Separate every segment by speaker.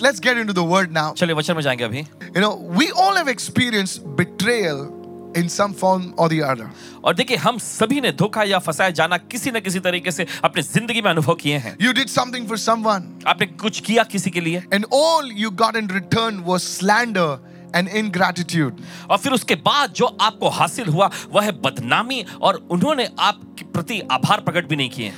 Speaker 1: Let's get into the word now.
Speaker 2: चलिए वचन में जाएंगे अभी
Speaker 1: You know, we all have experienced betrayal in some form or the other.
Speaker 2: और देखिए हम सभी ने धोखा या फंसाया जाना किसी न किसी तरीके से अपने जिंदगी में अनुभव किए हैं
Speaker 1: You did something for someone,
Speaker 2: आपने कुछ किया किसी के लिए
Speaker 1: and all you got in return was slander and ingratitude.
Speaker 2: और फिर उसके बाद जो आपको हासिल हुआ वह है बदनामी और उन्होंने आपके प्रति आभार प्रकट भी नहीं किए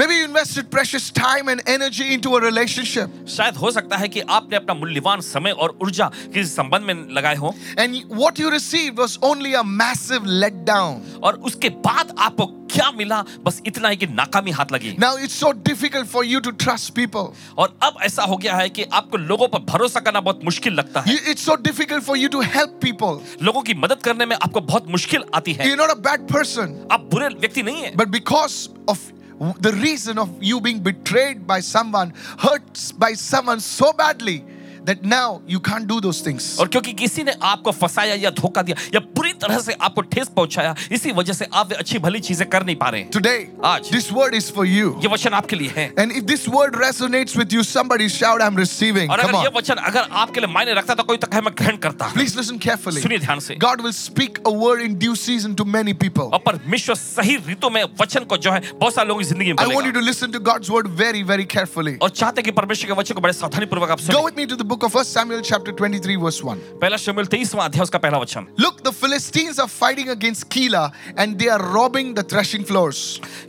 Speaker 1: Maybe you invested precious time and energy into a relationship,
Speaker 2: शायद हो सकता है कि आपने अपना मूल्यवान समय और ऊर्जा किसी संबंध में लगाए हो
Speaker 1: and what you received was only a massive letdown.
Speaker 2: और उसके बाद आपको क्या मिला बस इतना है कि नाकामी हाथ लगी
Speaker 1: Now it's so difficult for you to trust people.
Speaker 2: और अब ऐसा हो गया है कि आपको लोगों पर भरोसा करना बहुत मुश्किल लगता है
Speaker 1: You- it's so difficult for you to help people.
Speaker 2: लोगों की मदद करने में आपको बहुत मुश्किल आती है
Speaker 1: You're not a bad person,
Speaker 2: आप बुरे व्यक्ति नहीं है
Speaker 1: but because of w- the reason of you being betrayed by someone, hurt by someone so badly that now you can't do those things.
Speaker 2: और क्योंकि किसी ने आपको फंसाया या धोखा दिया या पूरी तरह से आपको ठेस पहुंचाया इसी वजह से आप वे अच्छी भली चीजें कर नहीं पा रहे हैं
Speaker 1: Today,
Speaker 2: आज।
Speaker 1: this word is for you.
Speaker 2: ये वचन आपके लिए है
Speaker 1: And if this word resonates with you, somebody shout, I'm receiving.
Speaker 2: और
Speaker 1: Come
Speaker 2: अगर ये
Speaker 1: on.
Speaker 2: वचन अगर आपके लिए मायने रखता तो कोई तो कहे मैं ग्रहण करता हूं।
Speaker 1: Please listen carefully.
Speaker 2: सुनिए ध्यान से
Speaker 1: God will speak a word in due season to many people.
Speaker 2: और परमेश्वर सही ऋतु में वचन को जो है बहुत सारे लोगों की जिंदगी में
Speaker 1: I want you
Speaker 2: बोलेगा।
Speaker 1: to listen to God's word very, very carefully.
Speaker 2: और चाहते हैं कि परमेश्वर के वचन को बड़े सावधानी पूर्वक आप
Speaker 1: Go
Speaker 2: सुनें।
Speaker 1: with me to the book of 1 Samuel, chapter 23, verse 1.
Speaker 2: पहला शमूएल 23वां अध्याय उसका पहला वचन
Speaker 1: Look, the Philistines are fighting against Keilah and they are robbing the threshing floors.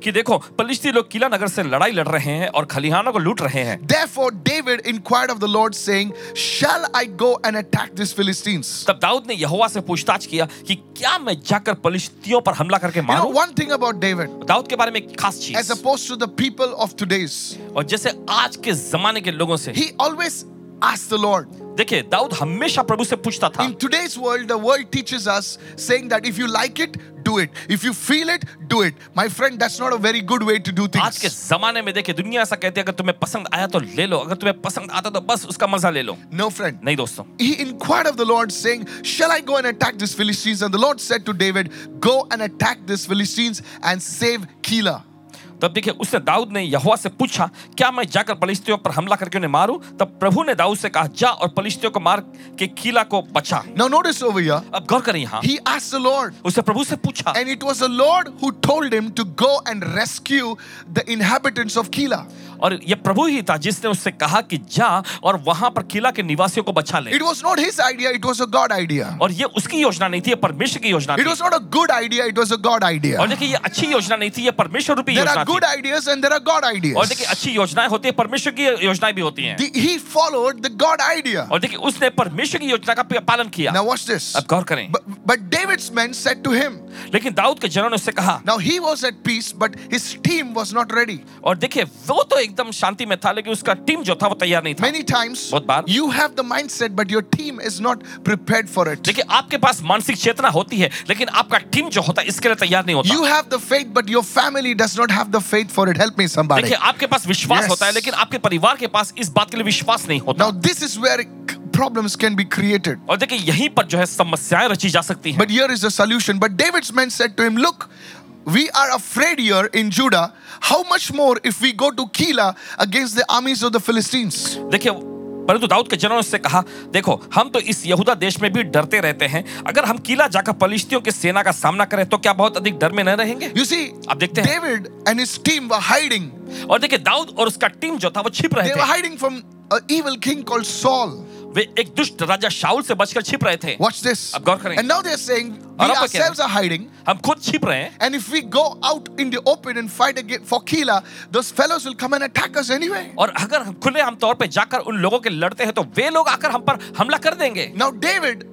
Speaker 2: कि देखो पलिश्ती लोग किला नगर से लड़ाई लड़ रहे हैं और खलिहानों को लूट रहे हैं
Speaker 1: Therefore, David inquired of the Lord, saying, Shall I go and attack these Philistines?
Speaker 2: तब दाऊद ने यहोवा से पूछताछ किया कि क्या मैं जाकर पलिश्तियों पर हमला करके
Speaker 1: You know,
Speaker 2: मारूं
Speaker 1: one thing about David,
Speaker 2: Dawood के बारे में एक खास
Speaker 1: as
Speaker 2: चीज
Speaker 1: opposed to the people of today's,
Speaker 2: और जैसे आज के जमाने के लोगों से
Speaker 1: he always asked the Lord.
Speaker 2: देखिए दाऊद हमेशा प्रभु से पूछता था
Speaker 1: In today's world, the world teaches us saying that if you like it, do it. If you feel it, do it. My friend, that's not a very good way to do
Speaker 2: आज के
Speaker 1: things.
Speaker 2: जमाने में देखिए दुनिया ऐसा कहती है अगर तुम्हें पसंद आया तो ले लो अगर तुम्हें पसंद आता तो बस उसका मजा ले लो
Speaker 1: No, friend.
Speaker 2: नहीं दोस्तों
Speaker 1: he inquired of the Lord, saying, Shall I go and attack these Philistines? And the Lord said to David, Go and attack these Philistines and save Keilah.
Speaker 2: तब देखिए उसने दाऊद ने यहोवा से पूछा क्या मैं जाकर पलिश्तियों पर हमला करके उन्हें मारूं तब प्रभु ने दाऊद से कहा जा और पलिश्तियों को मार के किला को बचा
Speaker 1: Now, notice over here,
Speaker 2: अब गौर करें यहाँ
Speaker 1: he asked the Lord,
Speaker 2: उसने प्रभु से पूछा
Speaker 1: and it was the Lord who told him to go and rescue the inhabitants of Keilah.
Speaker 2: और ये प्रभु ही था जिसने उससे कहा कि जा और वहां पर किला के निवासियों को बचा ले
Speaker 1: It was not his idea, it was a God idea.
Speaker 2: और ये उसकी योजना नहीं थी ये परमेश्वर की योजना
Speaker 1: It
Speaker 2: थी
Speaker 1: was not a good idea, it was a God
Speaker 2: और
Speaker 1: idea.
Speaker 2: देखिए ये अच्छी योजना नहीं थी ये परमेश्वर रूपी
Speaker 1: There
Speaker 2: योजना
Speaker 1: are
Speaker 2: थी
Speaker 1: good ideas and there are God
Speaker 2: और
Speaker 1: ideas.
Speaker 2: देखिए अच्छी योजनाएं होती है परमेश्वर की योजनाएं भी होती हैं
Speaker 1: The- he followed the God idea.
Speaker 2: और देखिए उसने परमेश्वर की योजना का पालन किया
Speaker 1: Now, watch this.
Speaker 2: अब गौर करें
Speaker 1: But, but David's men said to him,
Speaker 2: लेकिन दाऊद के जनों ने उससे कहा
Speaker 1: Now he was at peace, but his team was not ready.
Speaker 2: और देखिए वो तो एकदम शांति में था लेकिन उसका टीम जो था वो तैयार नहीं था
Speaker 1: Many times
Speaker 2: बहुत बार।
Speaker 1: you have the mindset, but your team is not prepared for it.
Speaker 2: देखिए आपके पास मानसिक चेतना होती है लेकिन आपका टीम जो होता है इसके लिए तैयार नहीं होता
Speaker 1: You have the faith, but your family does not have the faith for it. Help me, somebody.
Speaker 2: देखिए आपके पास विश्वास
Speaker 1: Yes.
Speaker 2: होता है लेकिन आपके परिवार के पास इस बात के लिए विश्वास नहीं होता
Speaker 1: Now, this is where c- problems can be created.
Speaker 2: और देखिए यहीं पर जो है समस्याएं रची जा सकती हैं
Speaker 1: But here is the solution. But David's men said to him, Look, we are afraid here in Judah. How much more if we go to Keilah against the armies of the Philistines?
Speaker 2: देखिए परंतु दाऊद के जनों ने उससे कहा देखो हम तो इस यहूदा देश में भी डरते रहते हैं अगर हम किला जाकर पलिश्तियों की सेना का सामना करें तो क्या बहुत अधिक डर में न रहेंगे
Speaker 1: You see,
Speaker 2: आप देखते हैं।
Speaker 1: David and his team were hiding.
Speaker 2: और देखिए दाऊद और उसका टीम जो था वो छिप
Speaker 1: They
Speaker 2: रहे
Speaker 1: were
Speaker 2: थे
Speaker 1: hiding from an evil king called Saul.
Speaker 2: वे एक दुष्ट राजा शाउल से बचकर छिप रहे थे
Speaker 1: Watch this.
Speaker 2: अब गौर करें।
Speaker 1: And now they're saying we
Speaker 2: और अब वो कह
Speaker 1: ourselves are hiding.
Speaker 2: हम खुद छिप रहे हैं
Speaker 1: And if we go out in the open and fight again for Keilah, those fellows will come and attack us anyway.
Speaker 2: और अगर हम खुले आम तौर पे जाकर उन लोगों के लड़ते हैं तो वे लोग आकर हम पर हमला कर देंगे
Speaker 1: Now David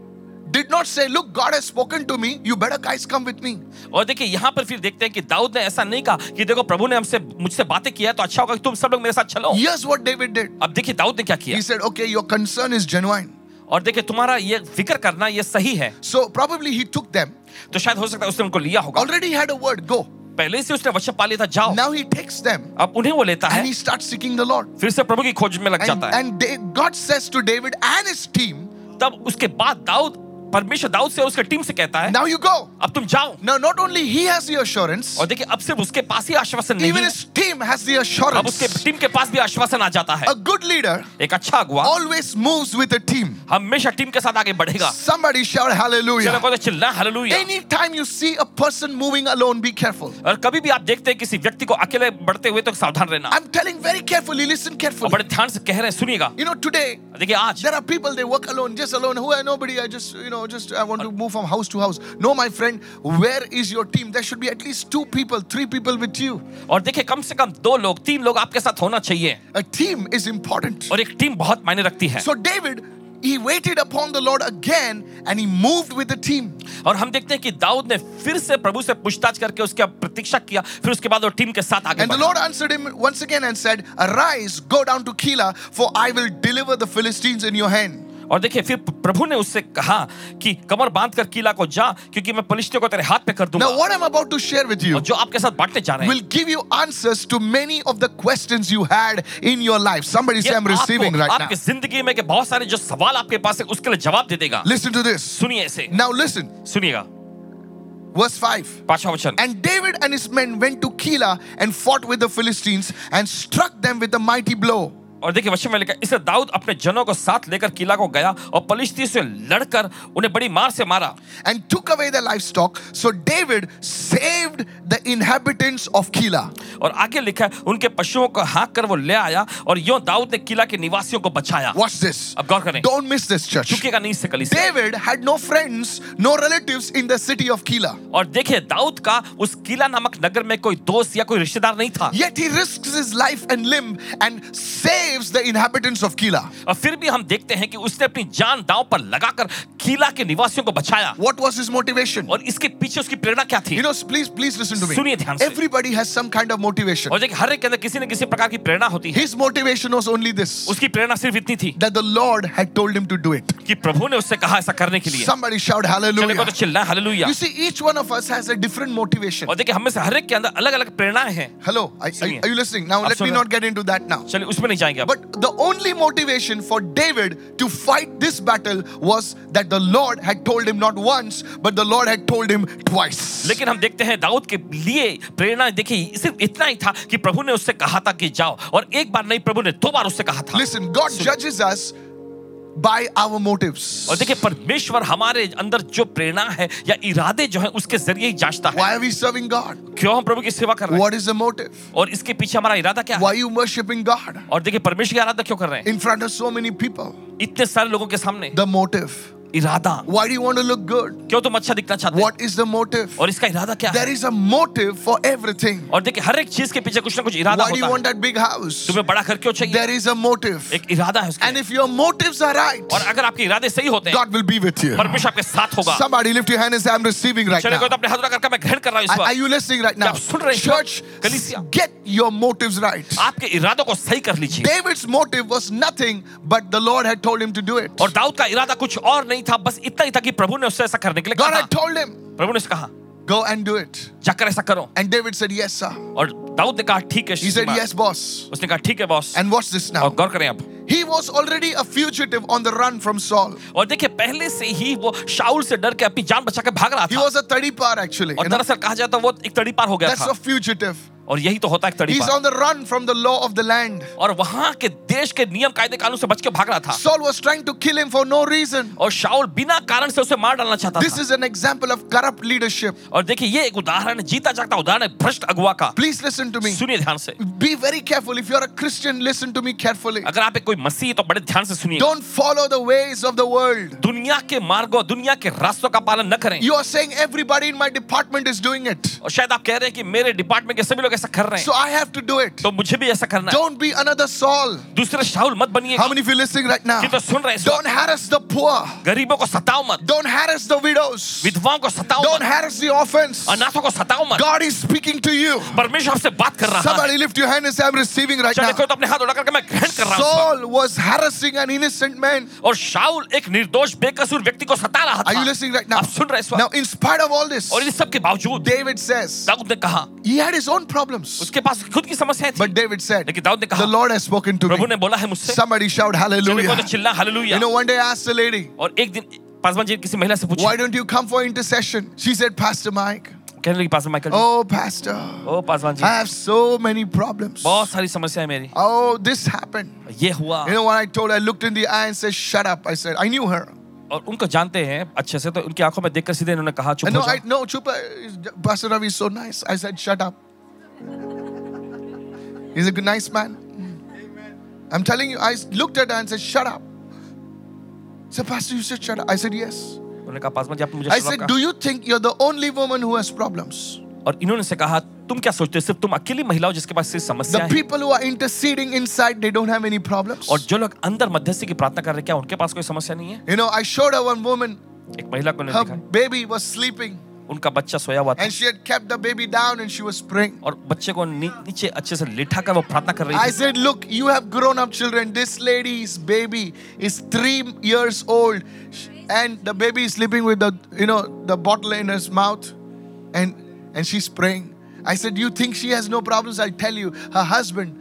Speaker 1: did not say, Look, God has spoken to me. You better guys come with me.
Speaker 2: और देखिए यहाँ पर फिर देखते हैं कि दाऊद ने ऐसा नहीं कहा कि देखो प्रभु ने हमसे मुझसे बातें किया है, तो अच्छा होगा कि तुम सब लोग मेरे साथ चलो
Speaker 1: Here's what David did.
Speaker 2: अब देखिए दाऊद ने क्या किया
Speaker 1: He said, Okay, your concern is genuine.
Speaker 2: और देखिए तुम्हारा ये फिक्र करना ये सही है
Speaker 1: So probably he took them.
Speaker 2: तो शायद हो सकता है उसने उनको लिया होगा
Speaker 1: Already he had a word, go.
Speaker 2: पहले से उसने वचन पा लिया था जाओ
Speaker 1: Now he takes them
Speaker 2: अब उन्हें वो लेता
Speaker 1: and
Speaker 2: है
Speaker 1: he starts seeking the Lord.
Speaker 2: फिर से प्रभु की खोज में लग
Speaker 1: And,
Speaker 2: जाता है
Speaker 1: and they- God says to David and his team,
Speaker 2: तब उसके बाद दाऊद परमेश्वर दाऊद से और उसके टीम से कहता है
Speaker 1: Now you go.
Speaker 2: अब तुम जाओ
Speaker 1: Now, not only he has the assurance,
Speaker 2: और देखिए अब सिर्फ उसके पास ही आश्वासन नहीं
Speaker 1: even
Speaker 2: है
Speaker 1: his team has the
Speaker 2: अब उसके
Speaker 1: assurance.
Speaker 2: टीम के पास भी आश्वासन आ जाता है
Speaker 1: A good leader
Speaker 2: एक अच्छा अगुआ
Speaker 1: always moves with a team.
Speaker 2: हमेशा टीम के साथ आगे बढ़ेगा
Speaker 1: Somebody shout
Speaker 2: चलो
Speaker 1: hallelujah.
Speaker 2: कोई तो चिल्ला hallelujah
Speaker 1: Anytime you see a person moving alone, be careful.
Speaker 2: और कभी भी आप देखते हैं किसी व्यक्ति को अकेले बढ़ते हुए तो सावधान रहना
Speaker 1: I'm telling very carefully, listen
Speaker 2: और
Speaker 1: carefully.
Speaker 2: बड़े ध्यान से कह रहे हैं सुनिएगा
Speaker 1: You know, today,
Speaker 2: देखिए आज
Speaker 1: there are people they work alone, just alone. Who I nobody. I just you know, just I want to move from house to house. No, my friend, where is your team? There should be at least two people, three people with you.
Speaker 2: और देखिए कम से कम दो लोग तीन लोग आपके साथ होना चाहिए
Speaker 1: A team is important.
Speaker 2: और एक टीम बहुत मायने रखती है
Speaker 1: So David, he waited upon the Lord again, and he moved with the team.
Speaker 2: और हम देखते हैं कि दाऊद ने फिर से प्रभु से पूछताछ करके उसके प्रतीक्षा किया फिर उसके बाद वो टीम के साथ आगे
Speaker 1: And the
Speaker 2: बढ़ा।
Speaker 1: Lord answered him once again and said, Arise, go down to Keilah, for I will deliver the Philistines in your hand.
Speaker 2: और देखिए फिर प्रभु ने उससे कहा कि कमर बांध कर किला को जा क्योंकि मैं पलिश्तियों को तेरे हाथ पे कर दूंगा
Speaker 1: Now, what I'm about to share with you
Speaker 2: और जो आपके साथ बांटने जा रहे
Speaker 1: will
Speaker 2: हैं
Speaker 1: give you answers to many of the questions you had in your life. Somebody
Speaker 2: ये
Speaker 1: say, I'm receiving
Speaker 2: आपको,
Speaker 1: right now.
Speaker 2: आपके जिंदगी में के बहुत सारे जो सवाल आपके पास है उसके लिए जवाब दे देगा
Speaker 1: Listen to this.
Speaker 2: सुनिए इसे
Speaker 1: Now, listen,
Speaker 2: सुनिएगा
Speaker 1: verse 5.
Speaker 2: पांचवा वचन
Speaker 1: And David and his men went to Keilah and fought with the Philistines and struck them with a mighty blow.
Speaker 2: और देखिए वचन में लिखा इसे दाऊद अपने जनों को साथ लेकर किला को गया और पलिश्ती से लड़कर उन्हें बड़ी मार से मारा
Speaker 1: and took away their livestock. So David saved the inhabitants of Keilah.
Speaker 2: और आगे लिखा है उनके पशुओं को हाँक कर वो ले आया और यो दाऊद ने किला के निवासियों को बचाया
Speaker 1: Watch this.
Speaker 2: अब गौर करें
Speaker 1: Don't miss this, church.
Speaker 2: चुकेगा नहीं इससे कली से
Speaker 1: David had no friends, no relatives in the city of Keilah.
Speaker 2: और देखिए दाऊद का उस किला नामक नगर में कोई दोस्त या कोई रिश्तेदार नहीं था
Speaker 1: Yet he risks his life and limb and saves the inhabitants of Keilah.
Speaker 2: और फिर भी हम देखते हैं कि उसने अपनी जान दांव पर लगाकर किला के निवासियों को बचाया
Speaker 1: What was his motivation?
Speaker 2: और इसके पीछे उसकी प्रेरणा क्या थी
Speaker 1: You know, please, please listen to
Speaker 2: सुनिए
Speaker 1: me.
Speaker 2: ध्यान से।
Speaker 1: Everybody has some kind of motivation.
Speaker 2: और देखिए हर एक के अंदर किसी न किसी प्रकार की प्रेरणा होती है
Speaker 1: His motivation was only this
Speaker 2: उसकी प्रेरणा सिर्फ इतनी थी
Speaker 1: that the Lord had told him to do it.
Speaker 2: कि प्रभु ने उससे कहा ऐसा करने के लिए
Speaker 1: Somebody shout
Speaker 2: चले को
Speaker 1: hallelujah.
Speaker 2: तो चिल्ला hallelujah
Speaker 1: You see, each one of us has a different motivation.
Speaker 2: और देखिए हम में से हर एक के अंदर अलग अलग प्रेरणाएं हैं
Speaker 1: Hello, are, are,
Speaker 2: Singing.
Speaker 1: are you listening? Now, let me
Speaker 2: Absolutely.
Speaker 1: not get into that now.
Speaker 2: चलिए उसमें नहीं जाएंगे अब
Speaker 1: But the only motivation for David to fight this battle was that the Lord had told him not once, but the Lord had told him twice.
Speaker 2: लेकिन हम देखते हैं दाऊद के लिए प्रेरणा देखिए सिर्फ इतना ही था कि प्रभु ने उससे कहा था कि जाओ और एक बार नहीं प्रभु ने दो बार उससे कहा था
Speaker 1: Listen, God judges us by our motives.
Speaker 2: और देखिए परमेश्वर हमारे अंदर जो प्रेरणा है या इरादे जो है उसके जरिए ही जांचता है
Speaker 1: Why are we serving God?
Speaker 2: क्यों हम प्रभु की सेवा कर रहे
Speaker 1: What is the motive?
Speaker 2: हैं और इसके पीछे हमारा इरादा क्या है
Speaker 1: Why are you worshiping God
Speaker 2: और देखिए परमेश्वर की आराधना क्यों कर रहे हैं
Speaker 1: in front of so many people?
Speaker 2: इतने सारे लोगों के सामने
Speaker 1: The motive.
Speaker 2: इरादा
Speaker 1: Why do you want to look good?
Speaker 2: क्यों तुम अच्छा दिखना चाहते हो
Speaker 1: What is the motive?
Speaker 2: और इसका इरादा क्या है
Speaker 1: There is a motive for everything.
Speaker 2: और देखिए हर एक चीज के पीछे कुछ ना कुछ इरादा
Speaker 1: Why do you
Speaker 2: होता है
Speaker 1: want that big house?
Speaker 2: तुम्हें बड़ा घर क्यों चाहिए
Speaker 1: There is a motive.
Speaker 2: एक इरादा है उसके
Speaker 1: And if your motives are right,
Speaker 2: और अगर आपके इरादे सही होते हैं
Speaker 1: God will be with you.
Speaker 2: परमेश्वर आपके साथ होगा
Speaker 1: Somebody lift your hand and say, I'm receiving right
Speaker 2: चले
Speaker 1: now.
Speaker 2: कोई तो अपने हाथ उठा करके मैं ग्रहण कर रहा हूँ इस
Speaker 1: Are, are
Speaker 2: बार
Speaker 1: you listening right now?
Speaker 2: आप सुन रहे हैं?
Speaker 1: Church,
Speaker 2: कलीसिया।
Speaker 1: get your motives right.
Speaker 2: आपके इरादों को सही कर लीजिए
Speaker 1: David's motive was nothing, but the Lord had told him to do it.
Speaker 2: और दाऊद का इरादा कुछ और नहीं था बस इतना ही था कि प्रभु ने उससे ऐसा करने के लिए
Speaker 1: God
Speaker 2: कहा
Speaker 1: had told him,
Speaker 2: प्रभु ने उससे कहा
Speaker 1: Go and do it.
Speaker 2: जाकर ऐसा करो
Speaker 1: And David said, Yes, sir.
Speaker 2: और दाऊद ने कहा ठीक है
Speaker 1: He said,
Speaker 2: श्रीमान।
Speaker 1: Yes, boss.
Speaker 2: उसने कहा ठीक है बॉस
Speaker 1: And watch this
Speaker 2: और
Speaker 1: now.
Speaker 2: गौर करें आप
Speaker 1: He was already a fugitive on the run from Saul.
Speaker 2: और देखिए पहले से ही वो शाउल से डर के अपनी जान बचा के भाग रहा
Speaker 1: He
Speaker 2: था
Speaker 1: was a tadipar, actually.
Speaker 2: और
Speaker 1: you know?
Speaker 2: दरअसल कहा जाता वो एक तड़ी पार हो गया
Speaker 1: That's
Speaker 2: था
Speaker 1: a fugitive.
Speaker 2: और यही तो होता है एक तड़ी
Speaker 1: He's
Speaker 2: par
Speaker 1: on the run from the law of the land.
Speaker 2: और वहां के देश के नियम कायदे कानून से बच के भाग रहा था
Speaker 1: Saul was trying to kill him for no reason.
Speaker 2: और शाउल बिना कारण से उसे मार डालना चाहता
Speaker 1: This
Speaker 2: था
Speaker 1: is an example of corrupt leadership.
Speaker 2: और देखिए ये एक उदाहरण है, जीता जागता उदाहरण है भ्रष्ट अगुआ का
Speaker 1: Please listen to me.
Speaker 2: सुनिए ध्यान से
Speaker 1: Be very careful. If you're a Christian, listen to me carefully.
Speaker 2: अगर आप एक कोई मसीह है, तो बड़े ध्यान से सुनिए
Speaker 1: Don't follow the ways of the world.
Speaker 2: दुनिया के मार्गों दुनिया के रास्तों का पालन न करें
Speaker 1: You are saying everybody in my department is doing it.
Speaker 2: और शायद आप कह रहे हैं कि मेरे डिपार्टमेंट के सभी लोग ऐसा कर रहे
Speaker 1: So
Speaker 2: हैं
Speaker 1: I have to do it.
Speaker 2: तो मुझे भी ऐसा करना है
Speaker 1: Don't be another Saul.
Speaker 2: दूसरे शाहुल मत बनिए
Speaker 1: How many of you listening right now?
Speaker 2: कि तो सुन रहे हैं इस
Speaker 1: Don't harass the poor.
Speaker 2: वक्त। गरीबों को सताओ मत
Speaker 1: Don't harass the widows.
Speaker 2: विधवाओं को सताओ
Speaker 1: Don't
Speaker 2: मत
Speaker 1: harass the orphans.
Speaker 2: अनाथों को सताओ मत
Speaker 1: God is speaking to you.
Speaker 2: परमेश्वर आपसे बात कर रहा है
Speaker 1: Somebody lift your hand and say, I'm receiving right
Speaker 2: चले
Speaker 1: now.
Speaker 2: कोई तो अपने हाथ उठा करके मैं ग्रहण कर रहा हूँ इस वक्त।
Speaker 1: Saul was harassing an innocent man.
Speaker 2: और शाउल एक निर्दोष बेकसूर व्यक्ति को सता रहा
Speaker 1: Are
Speaker 2: था
Speaker 1: you listening right now?
Speaker 2: आप सुन रहे हैं इस
Speaker 1: Now,
Speaker 2: वक्त।
Speaker 1: in spite of all this,
Speaker 2: और इन सब के बावजूद
Speaker 1: David says
Speaker 2: दाऊद ने कहा
Speaker 1: he had his own problems.
Speaker 2: उसके पास खुद की समस्या थी
Speaker 1: But David said,
Speaker 2: लेकिन दाऊद ने
Speaker 1: The
Speaker 2: कहा
Speaker 1: Lord has spoken to
Speaker 2: Prabhu
Speaker 1: me.
Speaker 2: ने बोला है मुझसे
Speaker 1: Somebody shout
Speaker 2: चले कोई
Speaker 1: hallelujah.
Speaker 2: तो चिल्ला
Speaker 1: You
Speaker 2: hallelujah
Speaker 1: know, one day I asked the lady,
Speaker 2: और एक दिन पासवान जी ने किसी महिला से पूछा
Speaker 1: Why don't you come for intercession? She said, Pastor Mike,
Speaker 2: कहने लगी pastor Michael ji,
Speaker 1: oh, Pastor,
Speaker 2: ओ pastor ji
Speaker 1: I have so many problems.
Speaker 2: बहुत सारी समस्याएं मेरी
Speaker 1: Oh, this happened.
Speaker 2: ये हुआ
Speaker 1: You know what I told? her? I looked in the eye and said, Shut up. I said, I knew her.
Speaker 2: और उनको जानते हैं अच्छे से तो उनकी आंखों में देखकर सीधे इन्होंने कहा चुप
Speaker 1: And no,
Speaker 2: हो
Speaker 1: I
Speaker 2: जाओ
Speaker 1: no, Chupa Pastor Ravi is so nice. I said, Shut up. He's a good nice man. I'm telling you, I looked at her and said, Shut up. So Pastor, you said shut up. I said yes.
Speaker 2: उन्होंने कहा पासवान जी आपने मुझे
Speaker 1: I
Speaker 2: शराब
Speaker 1: said,
Speaker 2: का-
Speaker 1: Do you think you're the only woman who has problems?
Speaker 2: और इन्होंने से कहा तुम क्या सोचते हो सिर्फ तुम अकेली महिला हो जिसके पास ये समस्या
Speaker 1: The
Speaker 2: है
Speaker 1: people who are interceding inside, they don't have any problems.
Speaker 2: और जो लोग अंदर मध्यस्थी की प्रार्थना कर रहे हैं क्या उनके पास कोई समस्या नहीं है
Speaker 1: You know, I showed her one woman,
Speaker 2: एक महिला को
Speaker 1: her
Speaker 2: मैंने देखा
Speaker 1: baby was sleeping,
Speaker 2: उनका बच्चा सोया हुआ था
Speaker 1: and she had kept the baby down and she was praying.
Speaker 2: और बच्चे को नी, नीचे अच्छे से लिठा कर वो प्रार्थना कर
Speaker 1: I
Speaker 2: रही थी
Speaker 1: said, Look, you have grown up children. This lady's baby is three years old, Sh- and the baby is sleeping with the you know the bottle in his mouth, and and she's praying. I said, You think she has no problems? I tell you, her husband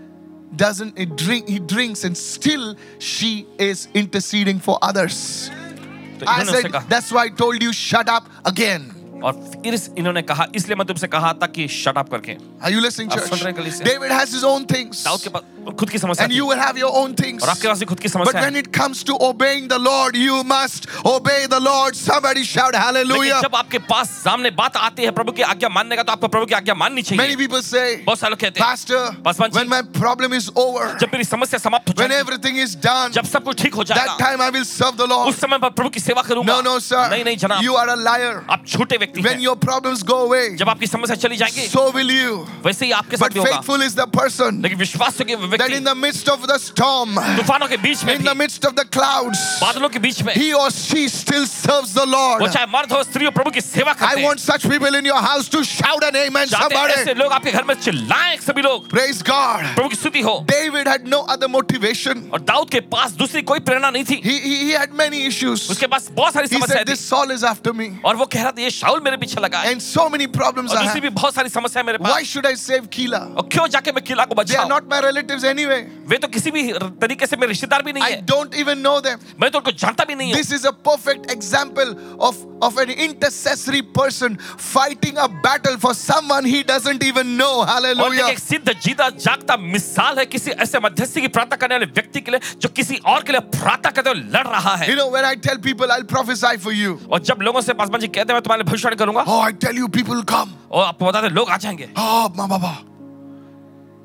Speaker 1: doesn't he drink he drinks and still she is interceding for others.
Speaker 2: तो
Speaker 1: I
Speaker 2: इन्होंने उससे
Speaker 1: said,
Speaker 2: कहा
Speaker 1: that's why I told you, shut up again.
Speaker 2: और फिर इस- इन्होंने कहा इसलिए मैं तुमसे कहा था कि शट अप करके
Speaker 1: Are you listening,
Speaker 2: आप सुन रहे हैं,
Speaker 1: church?
Speaker 2: कलीसिया?
Speaker 1: David has his own things,
Speaker 2: Dawood के पास खुद की समस्या
Speaker 1: and
Speaker 2: थी
Speaker 1: you will have your own things.
Speaker 2: और आपके पास भी खुद की
Speaker 1: But
Speaker 2: समस्या है
Speaker 1: when it comes to obeying the Lord, you must obey the Lord. Somebody shout
Speaker 2: लेकिन
Speaker 1: hallelujah.
Speaker 2: जब आपके पास सामने बात आती है प्रभु की आज्ञा मानने का तो आपको प्रभु की आज्ञा माननी
Speaker 1: Many
Speaker 2: चाहिए
Speaker 1: people say,
Speaker 2: बहुत सारे लोग कहते हैं
Speaker 1: Pastor,
Speaker 2: Pastor,
Speaker 1: when my problem is over,
Speaker 2: जब मेरी समस्या समाप्त हो
Speaker 1: when
Speaker 2: जाएगी
Speaker 1: everything is done,
Speaker 2: जब सब कुछ ठीक हो
Speaker 1: that
Speaker 2: जाएगा
Speaker 1: time I will serve the Lord.
Speaker 2: उस समय मैं प्रभु की सेवा करूंगा
Speaker 1: No, no, sir.
Speaker 2: नहीं नहीं जनाब
Speaker 1: You are a liar.
Speaker 2: आप छोटे व्यक्ति
Speaker 1: When
Speaker 2: हैं
Speaker 1: your problems go away,
Speaker 2: जब आपकी समस्या चली जाएगी
Speaker 1: so will you.
Speaker 2: वैसे ही आपके
Speaker 1: But
Speaker 2: साथ भी होगा
Speaker 1: faithful is the person
Speaker 2: लेकिन विश्वास के
Speaker 1: that in
Speaker 2: व्यक्ति
Speaker 1: the midst of the storm,
Speaker 2: तूफानों के बीच में
Speaker 1: in the
Speaker 2: भी,
Speaker 1: midst of the clouds,
Speaker 2: बादलों के बीच में
Speaker 1: he or she still serves the Lord.
Speaker 2: वो चाहे मर्द हो स्त्री हो प्रभु की सेवा करते
Speaker 1: I
Speaker 2: हैं
Speaker 1: want such people in your house to shout an amen,
Speaker 2: चाहते हैं ऐसे
Speaker 1: somebody.
Speaker 2: लोग आपके घर में चिल्लाएं सभी लोग
Speaker 1: Praise God.
Speaker 2: प्रभु की स्तुति हो
Speaker 1: David had no other motivation.
Speaker 2: और दाऊद के पास दूसरी कोई प्रेरणा नहीं थी
Speaker 1: He, he, he had many issues.
Speaker 2: उसके पास बहुत सारी
Speaker 1: He
Speaker 2: समस्याएं
Speaker 1: said,
Speaker 2: थी
Speaker 1: This Saul is after me.
Speaker 2: और वो कह रहा था ये शाउल मेरे पीछे लगा है
Speaker 1: And so many problems
Speaker 2: और
Speaker 1: I
Speaker 2: दूसरी भी
Speaker 1: have.
Speaker 2: बहुत सारी समस्या मेरे
Speaker 1: Why
Speaker 2: पास
Speaker 1: should I save Kila?
Speaker 2: और क्यों जाके मैं किला को
Speaker 1: They are
Speaker 2: बचाऊं
Speaker 1: not my relatives anyway.
Speaker 2: वे तो किसी भी तरीके से मेरे रिश्तेदार भी नहीं
Speaker 1: I
Speaker 2: है
Speaker 1: don't even know them.
Speaker 2: मैं तो उनको जानता भी नहीं हूँ
Speaker 1: This is a perfect example of, of an intercessory person fighting a battle for someone he doesn't even know.
Speaker 2: और देखिए,
Speaker 1: Hallelujah.
Speaker 2: एक सिद्ध जीता जागता मिसाल है किसी ऐसे मध्यस्थी की प्रार्थना करने वाले व्यक्ति के लिए जो किसी और के लिए प्रार्थना करते हुए लड़ रहा है
Speaker 1: You know, when I tell people I'll prophesy for you,
Speaker 2: और जब लोगों से पासवान जी कहते हैं मैं तुम्हारे लिए भविष्यवाणी करूंगा
Speaker 1: oh, I tell you, people will come.
Speaker 2: और आपको बताते हैं, लोग आ जाएंगे
Speaker 1: Oh, ma baba.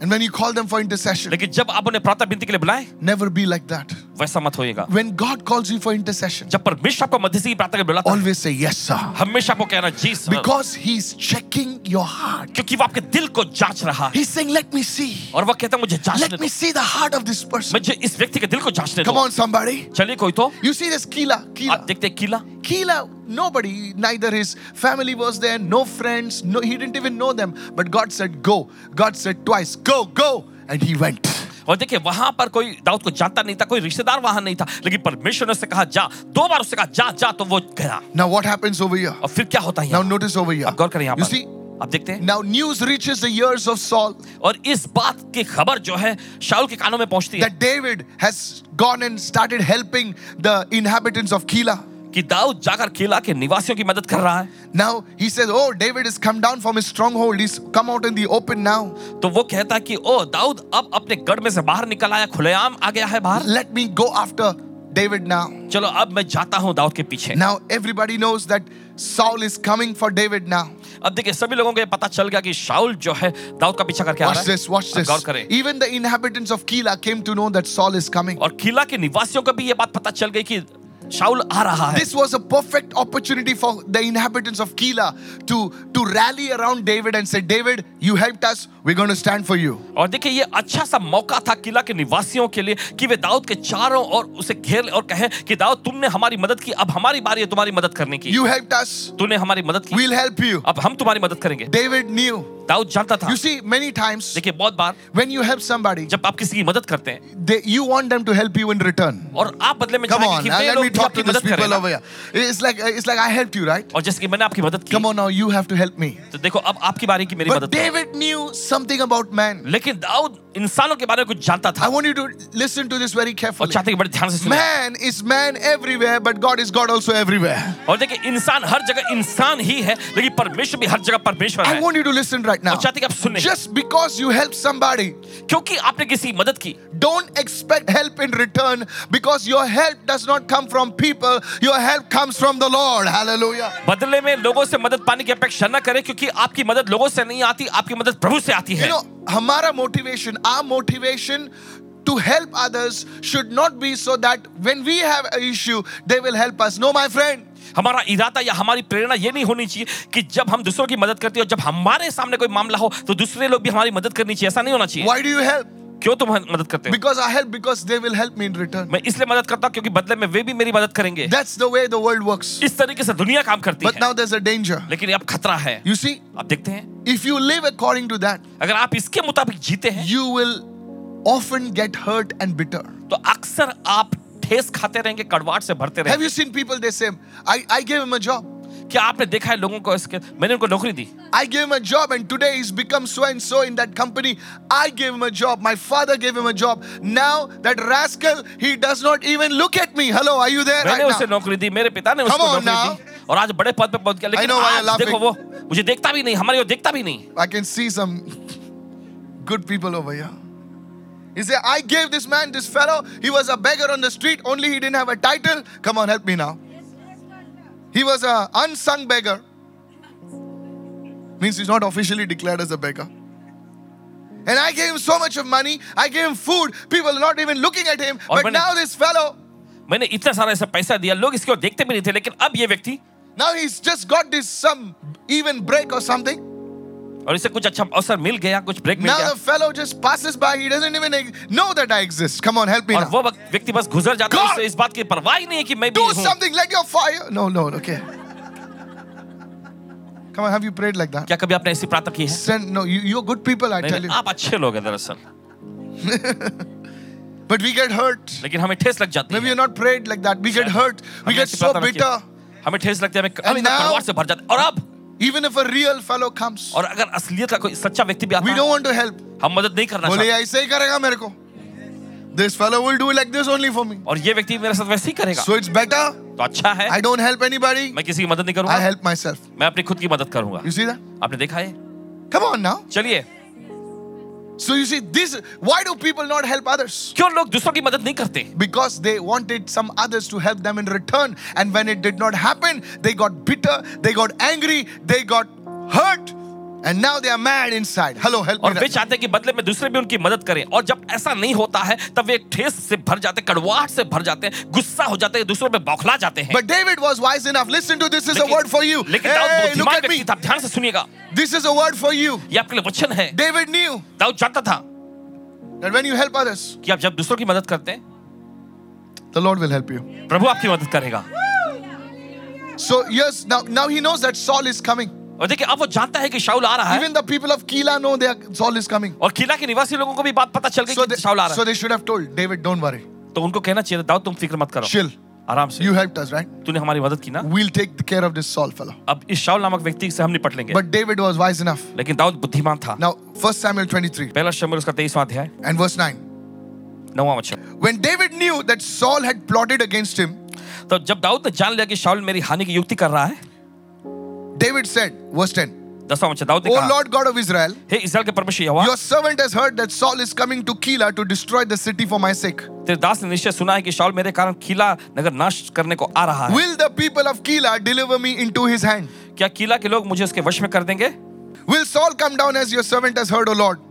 Speaker 1: And when you call them for intercession,
Speaker 2: लेकिन जब आप उन्हें प्रार्थना विनती के लिए बुलाएं
Speaker 1: never be like that.
Speaker 2: वैसा मत होइएगा
Speaker 1: When God calls you for intercession,
Speaker 2: जब परमेश्वर आपको मध्यस्थी की प्रार्थना के लिए बुलाता है,
Speaker 1: always say yes, sir.
Speaker 2: हमेशा आपको कहना जी sir
Speaker 1: Because He's checking your heart.
Speaker 2: क्योंकि वो आपके दिल को जांच रहा है
Speaker 1: He's saying, Let me see.
Speaker 2: और वो कहता है मुझे जांचने
Speaker 1: Let
Speaker 2: दो
Speaker 1: me see the heart of this person.
Speaker 2: मुझे इस व्यक्ति के दिल को जांचने
Speaker 1: Come
Speaker 2: दो
Speaker 1: on, somebody.
Speaker 2: चलिए कोई तो
Speaker 1: You see this Kila,
Speaker 2: आप
Speaker 1: Kila.
Speaker 2: देखते हैं किला
Speaker 1: Kila, nobody, neither his family was there, no friends, no he didn't even know them. But God said, Go. God said twice, Go, go. And he went.
Speaker 2: और देखिए वहां पर कोई दाऊद को जानता नहीं था कोई रिश्तेदार वहां नहीं था लेकिन परमेश्वर ने उससे कहा जा दो बार उससे कहा जा जा तो वो गया
Speaker 1: Now what happens over here?
Speaker 2: और फिर क्या होता है
Speaker 1: Now
Speaker 2: यहाँ?
Speaker 1: notice over here.
Speaker 2: आप गौर करें यहाँ
Speaker 1: You
Speaker 2: पर
Speaker 1: see,
Speaker 2: आप देखते हैं
Speaker 1: now news reaches the ears of Saul.
Speaker 2: और इस बात की खबर जो है शाउल के कानों में पहुंचती है
Speaker 1: that David has gone and started helping the inhabitants of Keilah.
Speaker 2: कि दाऊद जाकर किला के निवासियों की मदद कर रहा है
Speaker 1: Now he says, Oh, David has come down from his stronghold. He's come out in the open now.
Speaker 2: तो वो कहता है कि ओ दाऊद अब अपने गढ़ में से बाहर निकल आया खुलेआम आ गया है बाहर
Speaker 1: Let me go after David now.
Speaker 2: चलो अब मैं जाता हूँ दाऊद के पीछे
Speaker 1: Now everybody knows that Saul is coming for David now.
Speaker 2: अब देखिए सभी लोगों को ये पता चल गया कि शाउल जो है दाऊद का पीछा करके आ रहा
Speaker 1: Watch
Speaker 2: है
Speaker 1: this, watch
Speaker 2: अब
Speaker 1: this.
Speaker 2: गौर करें
Speaker 1: Even the inhabitants of Keilah came to know that Saul is coming.
Speaker 2: और किला के निवासियों को भी ये बात पता चल गई कि शाउल आ रहा है
Speaker 1: This was a perfect opportunity for the inhabitants of Keilah to, to rally around David and say, David, you helped us. We're going to stand for you.
Speaker 2: और देखिए ये अच्छा सा मौका था किला के निवासियों के लिए कि वे दाऊद के चारों और उसे घेर ले और कहें कि दाऊद तुमने हमारी मदद की अब हमारी बारी है तुम्हारी मदद करने की
Speaker 1: You helped us.
Speaker 2: तूने हमारी मदद की
Speaker 1: We'll help you.
Speaker 2: अब हम तुम्हारी मदद करेंगे
Speaker 1: David knew
Speaker 2: दाऊद जानता था
Speaker 1: You see, many times
Speaker 2: देखिए बहुत बार
Speaker 1: when you help somebody,
Speaker 2: जब आप किसी की मदद करते हैं
Speaker 1: they, you want them to help you in return.
Speaker 2: और आप बदले में
Speaker 1: Come
Speaker 2: चाहेंगे
Speaker 1: on,
Speaker 2: कि
Speaker 1: now
Speaker 2: वे
Speaker 1: let
Speaker 2: लोग
Speaker 1: me
Speaker 2: भी
Speaker 1: talk to
Speaker 2: आपकी
Speaker 1: these
Speaker 2: मदद करें
Speaker 1: people
Speaker 2: ना।
Speaker 1: over here. It's like it's like I helped you, right?
Speaker 2: और जैसे कि मैंने आपकी मदद
Speaker 1: Come
Speaker 2: की
Speaker 1: on now, you have to help me.
Speaker 2: तो देखो अब आपकी बारी की मेरी
Speaker 1: But
Speaker 2: मदद करो।
Speaker 1: David knew something about man.
Speaker 2: लेकिन दाऊद इंसानों के बारे में कुछ जानता
Speaker 1: I
Speaker 2: था
Speaker 1: want you to listen to this very
Speaker 2: और
Speaker 1: carefully.
Speaker 2: चाहते हैं कि बड़े ध्यान से सुने
Speaker 1: Man is man everywhere, but God is God also everywhere.
Speaker 2: और देखिए इंसान हर जगह इंसान ही है लेकिन परमेश्वर भी हर जगह परमेश्वर है
Speaker 1: I
Speaker 2: और
Speaker 1: want you to listen right Oh, now.
Speaker 2: चाहते हैं कि आप सुने
Speaker 1: Just because you help somebody,
Speaker 2: क्योंकि आपने किसी की मदद की
Speaker 1: don't expect help in return because your help does not come from people, your help comes from the Lord. Hallelujah.
Speaker 2: बदले में लोगों से मदद पाने की अपेक्षा न करें क्योंकि आपकी मदद लोगों से नहीं आती आपकी मदद प्रभु से आती
Speaker 1: You
Speaker 2: है
Speaker 1: know, Hamara motivation, our motivation to help others should not be so that when we have an issue, they will help us. No, my friend.
Speaker 2: हमारा इरादा या हमारी प्रेरणा ये नहीं होनी चाहिए कि जब हम दूसरों की मदद करते हैं और जब हमारे सामने कोई मामला हो तो दूसरे लोग भी हमारी मदद करनी चाहिए ऐसा नहीं होना चाहिए
Speaker 1: Why do you help?
Speaker 2: क्यों तुम हम- मदद करते हो
Speaker 1: Because I help because they will help me in return.
Speaker 2: मैं इसलिए मदद करता हूँ क्योंकि बदले में वे भी मेरी मदद करेंगे
Speaker 1: That's the way the world works.
Speaker 2: इस तरीके से दुनिया काम करती
Speaker 1: But
Speaker 2: है
Speaker 1: now there's a danger.
Speaker 2: लेकिन अब खतरा है
Speaker 1: You see,
Speaker 2: आप देखते हैं
Speaker 1: if you live according to that,
Speaker 2: अगर आप इसके मुताबिक जीते हैं
Speaker 1: you will often get hurt and bitter.
Speaker 2: तो अक्सर आप ठेस खाते रहेंगे कड़वाट से भरते
Speaker 1: Have
Speaker 2: रहेंगे
Speaker 1: you seen people they say, I, I gave him a job.
Speaker 2: क्या आपने देखा है लोगों को इसके मैंने उनको नौकरी दी
Speaker 1: I gave him a job and today he's become so and so in that company. I gave him a job. My father gave him a job. Now that rascal, he does not even look at me. Hello, are you there?
Speaker 2: मैंने
Speaker 1: right
Speaker 2: उसे
Speaker 1: now?
Speaker 2: नौकरी दी मेरे पिता ने
Speaker 1: Come
Speaker 2: उसको
Speaker 1: on
Speaker 2: नौकरी दी और आज बड़े पद पे पहुंच गया लेकिन
Speaker 1: know why
Speaker 2: आज
Speaker 1: you're
Speaker 2: देखो वो मुझे देखता भी नहीं हमारे वो देखता भी नहीं
Speaker 1: I can see some good people over here. He said, I gave this man, this fellow, he was a beggar on the street, only he didn't have a title. Come on, help me now. He was an unsung beggar. Means he's not officially declared as a beggar. And I gave him so much of money, I gave him food, people are not even looking at him.
Speaker 2: और
Speaker 1: But
Speaker 2: मैंने-
Speaker 1: now this fellow,
Speaker 2: मैंने इतना सारा ऐसा पैसा दिया लोग इसके ओर देखते भी नहीं थे लेकिन अब ये व्यक्ति
Speaker 1: now he's just got this some even break or something.
Speaker 2: और इसे कुछ अच्छा अवसर मिल गया कुछ ब्रेक मिल
Speaker 1: Now
Speaker 2: गया
Speaker 1: the fellow just passes by, he doesn't even ex- know that I exist. Come on, help me
Speaker 2: और
Speaker 1: now.
Speaker 2: वो वक्त- व्यक्ति बस गुजर जाता है
Speaker 1: God!
Speaker 2: उसे इस बात की परवाह ही नहीं है कि मैं भी
Speaker 1: Do
Speaker 2: हूँ
Speaker 1: something, let your fire. No, Lord, okay. Come on, have you prayed like that?
Speaker 2: क्या कभी आपने ऐसी प्रार्थना की है
Speaker 1: Send, no, you, you're good people, I
Speaker 2: नहीं,
Speaker 1: tell you.
Speaker 2: नहीं, आप अच्छे लोग हैं दरअसल
Speaker 1: But we get hurt.
Speaker 2: लेकिन हमें ठेस लग जाती है
Speaker 1: Maybe you're not prayed like that. We get hurt. We
Speaker 2: हमने
Speaker 1: get
Speaker 2: ऐसी
Speaker 1: so
Speaker 2: प्रार्थना की
Speaker 1: bitter.
Speaker 2: है। हमें ठेस लगती है हमें हम
Speaker 1: And
Speaker 2: इतना
Speaker 1: now-
Speaker 2: कड़वाहट से भर जाते हैं। और अब
Speaker 1: Even if a real fellow comes,
Speaker 2: और अगर असलियत का कोई सच्चा व्यक्ति भी आता
Speaker 1: we
Speaker 2: है
Speaker 1: don't want to help.
Speaker 2: हम मदद नहीं करना
Speaker 1: बोले
Speaker 2: चाहते
Speaker 1: ऐसे ही करेगा मेरे को. This fellow will do like this only for me.
Speaker 2: और ये व्यक्ति मेरे साथ वैसे ही करेगा
Speaker 1: So it's better.
Speaker 2: तो अच्छा है
Speaker 1: I don't help anybody.
Speaker 2: मैं किसी की मदद नहीं
Speaker 1: I
Speaker 2: करूंगा
Speaker 1: help myself.
Speaker 2: मैं अपनी खुद की मदद करूंगा
Speaker 1: You see that?
Speaker 2: आपने देखा है
Speaker 1: Come on now.
Speaker 2: चलिए
Speaker 1: So you see this. Why do people not help others?
Speaker 2: क्यों लोग दूसरों की मदद नहीं करते
Speaker 1: because they wanted some others to help them in return. And when it did not happen, they got bitter, they got angry, they got hurt, and now they are mad inside. Hello, help me.
Speaker 2: और वे
Speaker 1: now.
Speaker 2: चाहते हैं कि बदले में दूसरे भी उनकी मदद करें और जब ऐसा नहीं होता है तब वे ठेस से भर जाते हैं कड़वाहट से भर जाते हैं गुस्सा हो जाते हैं दूसरों पे बौखला जाते हैं
Speaker 1: But David was wise enough. Listen to this is a word for you.
Speaker 2: लेकिन दाऊद
Speaker 1: Hey, look
Speaker 2: बुद्धिमान
Speaker 1: at
Speaker 2: व्यक्ति
Speaker 1: me.
Speaker 2: था ध्यान से सुनिएगा
Speaker 1: This is a word for you.
Speaker 2: ये आपके लिए वचन है
Speaker 1: David knew
Speaker 2: दाऊद जानता था
Speaker 1: that when you help others,
Speaker 2: कि आप जब दूसरों की मदद करते हैं
Speaker 1: the Lord will help you.
Speaker 2: प्रभु आपकी मदद करेगा
Speaker 1: So yes, now now he knows that Saul is coming.
Speaker 2: और देखिए अब वो जानता है कि शाहुल आ रहा है
Speaker 1: Even the people of Keilah know that Saul is coming.
Speaker 2: और किला के निवासी लोगों को भी बात पता चल गई
Speaker 1: So they,
Speaker 2: कि शाहुल आ
Speaker 1: so
Speaker 2: रहा
Speaker 1: they should have told David, don't worry.
Speaker 2: है तो उनको कहना चाहिए था, दाऊद तुम फिक्र मत करो
Speaker 1: Chill.
Speaker 2: आराम से
Speaker 1: You helped us, right?
Speaker 2: तूने हमारी मदद की ना
Speaker 1: We'll take care of this Saul fellow.
Speaker 2: अब इस शाहुल नामक व्यक्ति से हम निपट लेंगे
Speaker 1: But David was wise enough.
Speaker 2: लेकिन दाऊद बुद्धिमान था
Speaker 1: Now, 1 Samuel 23
Speaker 2: पहला शमूएल उसका 23वां अध्याय
Speaker 1: and verse 9.
Speaker 2: नौवां वचन
Speaker 1: When David knew that Saul had plotted against him,
Speaker 2: तो जब दाऊद ने जान लिया कि शाऊल मेरी हानि की युक्ति कर रहा है
Speaker 1: David said, verse 10,
Speaker 2: दसवां वचन दाऊद ने
Speaker 1: O
Speaker 2: कहा
Speaker 1: Oh Lord God of Israel,
Speaker 2: हे इस्राएल के परमेश्वर यहोवा
Speaker 1: your servant has heard that Saul is coming to Keilah to destroy the city for my sake.
Speaker 2: तेरे दास ने निश्चय सुना है कि शाऊल मेरे कारण किला नगर नाश करने को आ रहा है
Speaker 1: Will the people of Keilah deliver me into his hand?
Speaker 2: क्या किला के लोग मुझे उसके वश में कर देंगे
Speaker 1: Will Saul come down as your servant has heard, O Lord?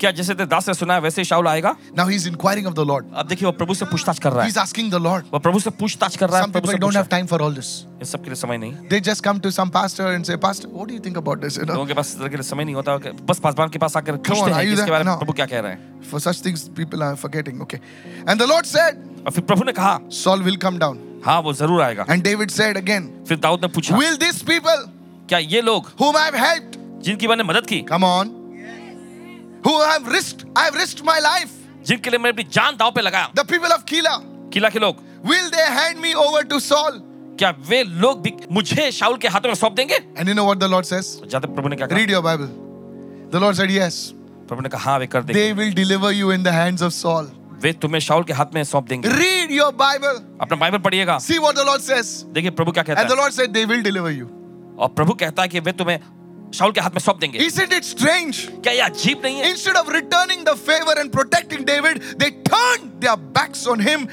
Speaker 2: क्या जैसे तेरे दास ने सुना है वैसे ही शाऊल आएगा
Speaker 1: Now he's inquiring of the Lord.
Speaker 2: अब देखिए वो प्रभु से पूछताछ कर रहा है
Speaker 1: He's asking the Lord.
Speaker 2: वो प्रभु से पूछताछ कर रहा है
Speaker 1: Some
Speaker 2: प्रभु
Speaker 1: people
Speaker 2: से
Speaker 1: don't
Speaker 2: पूछ
Speaker 1: have
Speaker 2: रहा
Speaker 1: time for all this.
Speaker 2: है। इन सब के लिए समय नहीं
Speaker 1: They just come to some pastor and say, Pastor, what do you think about this? You know,
Speaker 2: लोगों के पास इस तरह के लिए समय नहीं होता कि बस पासवान के पास आकर पूछते
Speaker 1: on,
Speaker 2: हैं
Speaker 1: are
Speaker 2: कि
Speaker 1: you
Speaker 2: इसके
Speaker 1: there?
Speaker 2: बारे में
Speaker 1: No.
Speaker 2: प्रभु क्या कह रहे हैं
Speaker 1: for such things, people are forgetting. Okay. And the Lord said,
Speaker 2: और फिर प्रभु ने कहा
Speaker 1: Saul will come down.
Speaker 2: हाँ वो जरूर आएगा
Speaker 1: And David said again,
Speaker 2: फिर दाऊद ने पूछा
Speaker 1: Will these people
Speaker 2: क्या ये लोग
Speaker 1: whom I've helped,
Speaker 2: जिनकी मैंने मदद की
Speaker 1: come on, who I've risked, I've risked my life,
Speaker 2: जिनके लिए मैंने अपनी जान दाव पे लगाया
Speaker 1: the people of Keilah,
Speaker 2: किला के लोग
Speaker 1: will they hand me over to Saul?
Speaker 2: क्या वे लोग भी मुझे शाऊल के हाथों में सौंप देंगे
Speaker 1: And you know what the Lord says?
Speaker 2: e जाते प्रभु ने क्या कहा
Speaker 1: Read your Bible. The Lord said, Yes.
Speaker 2: प्रभु ने कहा हाँ वे कर देंगे
Speaker 1: They will deliver you in the hands of Saul.
Speaker 2: वे तुम्हें शाउल के हाथ में सौंप देंगे
Speaker 1: Read your Bible.
Speaker 2: अपना बाइबल पढ़िएगा
Speaker 1: See what the Lord says.
Speaker 2: देखिए प्रभु क्या कहता
Speaker 1: And the
Speaker 2: है
Speaker 1: Lord said, They will deliver you.
Speaker 2: और प्रभु कहता है कि वे तुम्हें शाउल के हाथ में सौंप देंगे
Speaker 1: Isn't it strange?
Speaker 2: क्या ये अजीब नहीं है
Speaker 1: Instead of returning the favor and protecting David, they turned their backs on him.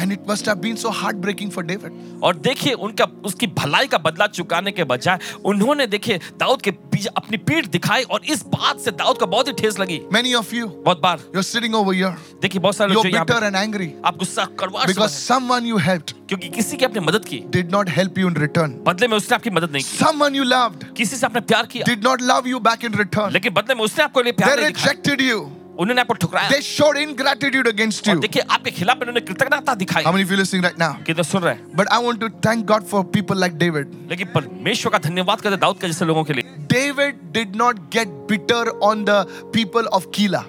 Speaker 1: And it must have been so heartbreaking for David.
Speaker 2: और देखिए उनका उसकी भलाई का बदला चुकाने के बजाय उन्होंने देखिए दाऊद के पीछे अपनी पीठ दिखाई और इस बात से दाऊद को बहुत ही ठेस लगी
Speaker 1: Many of you,
Speaker 2: बहुत बार
Speaker 1: you're sitting over here.
Speaker 2: देखिए बहुत सारे
Speaker 1: You're
Speaker 2: लोग जो यहाँ
Speaker 1: bitter
Speaker 2: पे-
Speaker 1: and angry
Speaker 2: आप गुस्सा करवाट से
Speaker 1: because
Speaker 2: बने।
Speaker 1: someone you helped
Speaker 2: क्योंकि किसी की आपने मदद की
Speaker 1: did not help you in return.
Speaker 2: बदले में उसने आपकी मदद नहीं की
Speaker 1: Someone you loved
Speaker 2: किसी से आपने प्यार किया
Speaker 1: did not love you back in return.
Speaker 2: लेकिन बदले में उसने आपको लिए
Speaker 1: They
Speaker 2: प्यार नहीं दिखाया।
Speaker 1: rejected you.
Speaker 2: उन्होंने आपको ठुकराया
Speaker 1: They showed ingratitude against
Speaker 2: और
Speaker 1: you.
Speaker 2: देखिए आपके खिलाफ उन्होंने कृतज्ञता दिखाई
Speaker 1: How many of you listening right now?
Speaker 2: किधर सुन रहे हैं
Speaker 1: But I want to thank God for people like David.
Speaker 2: लेकिन परमेश्वर का धन्यवाद करते दाऊद के जैसे लोगों के लिए
Speaker 1: David did not get bitter on the people of Keilah.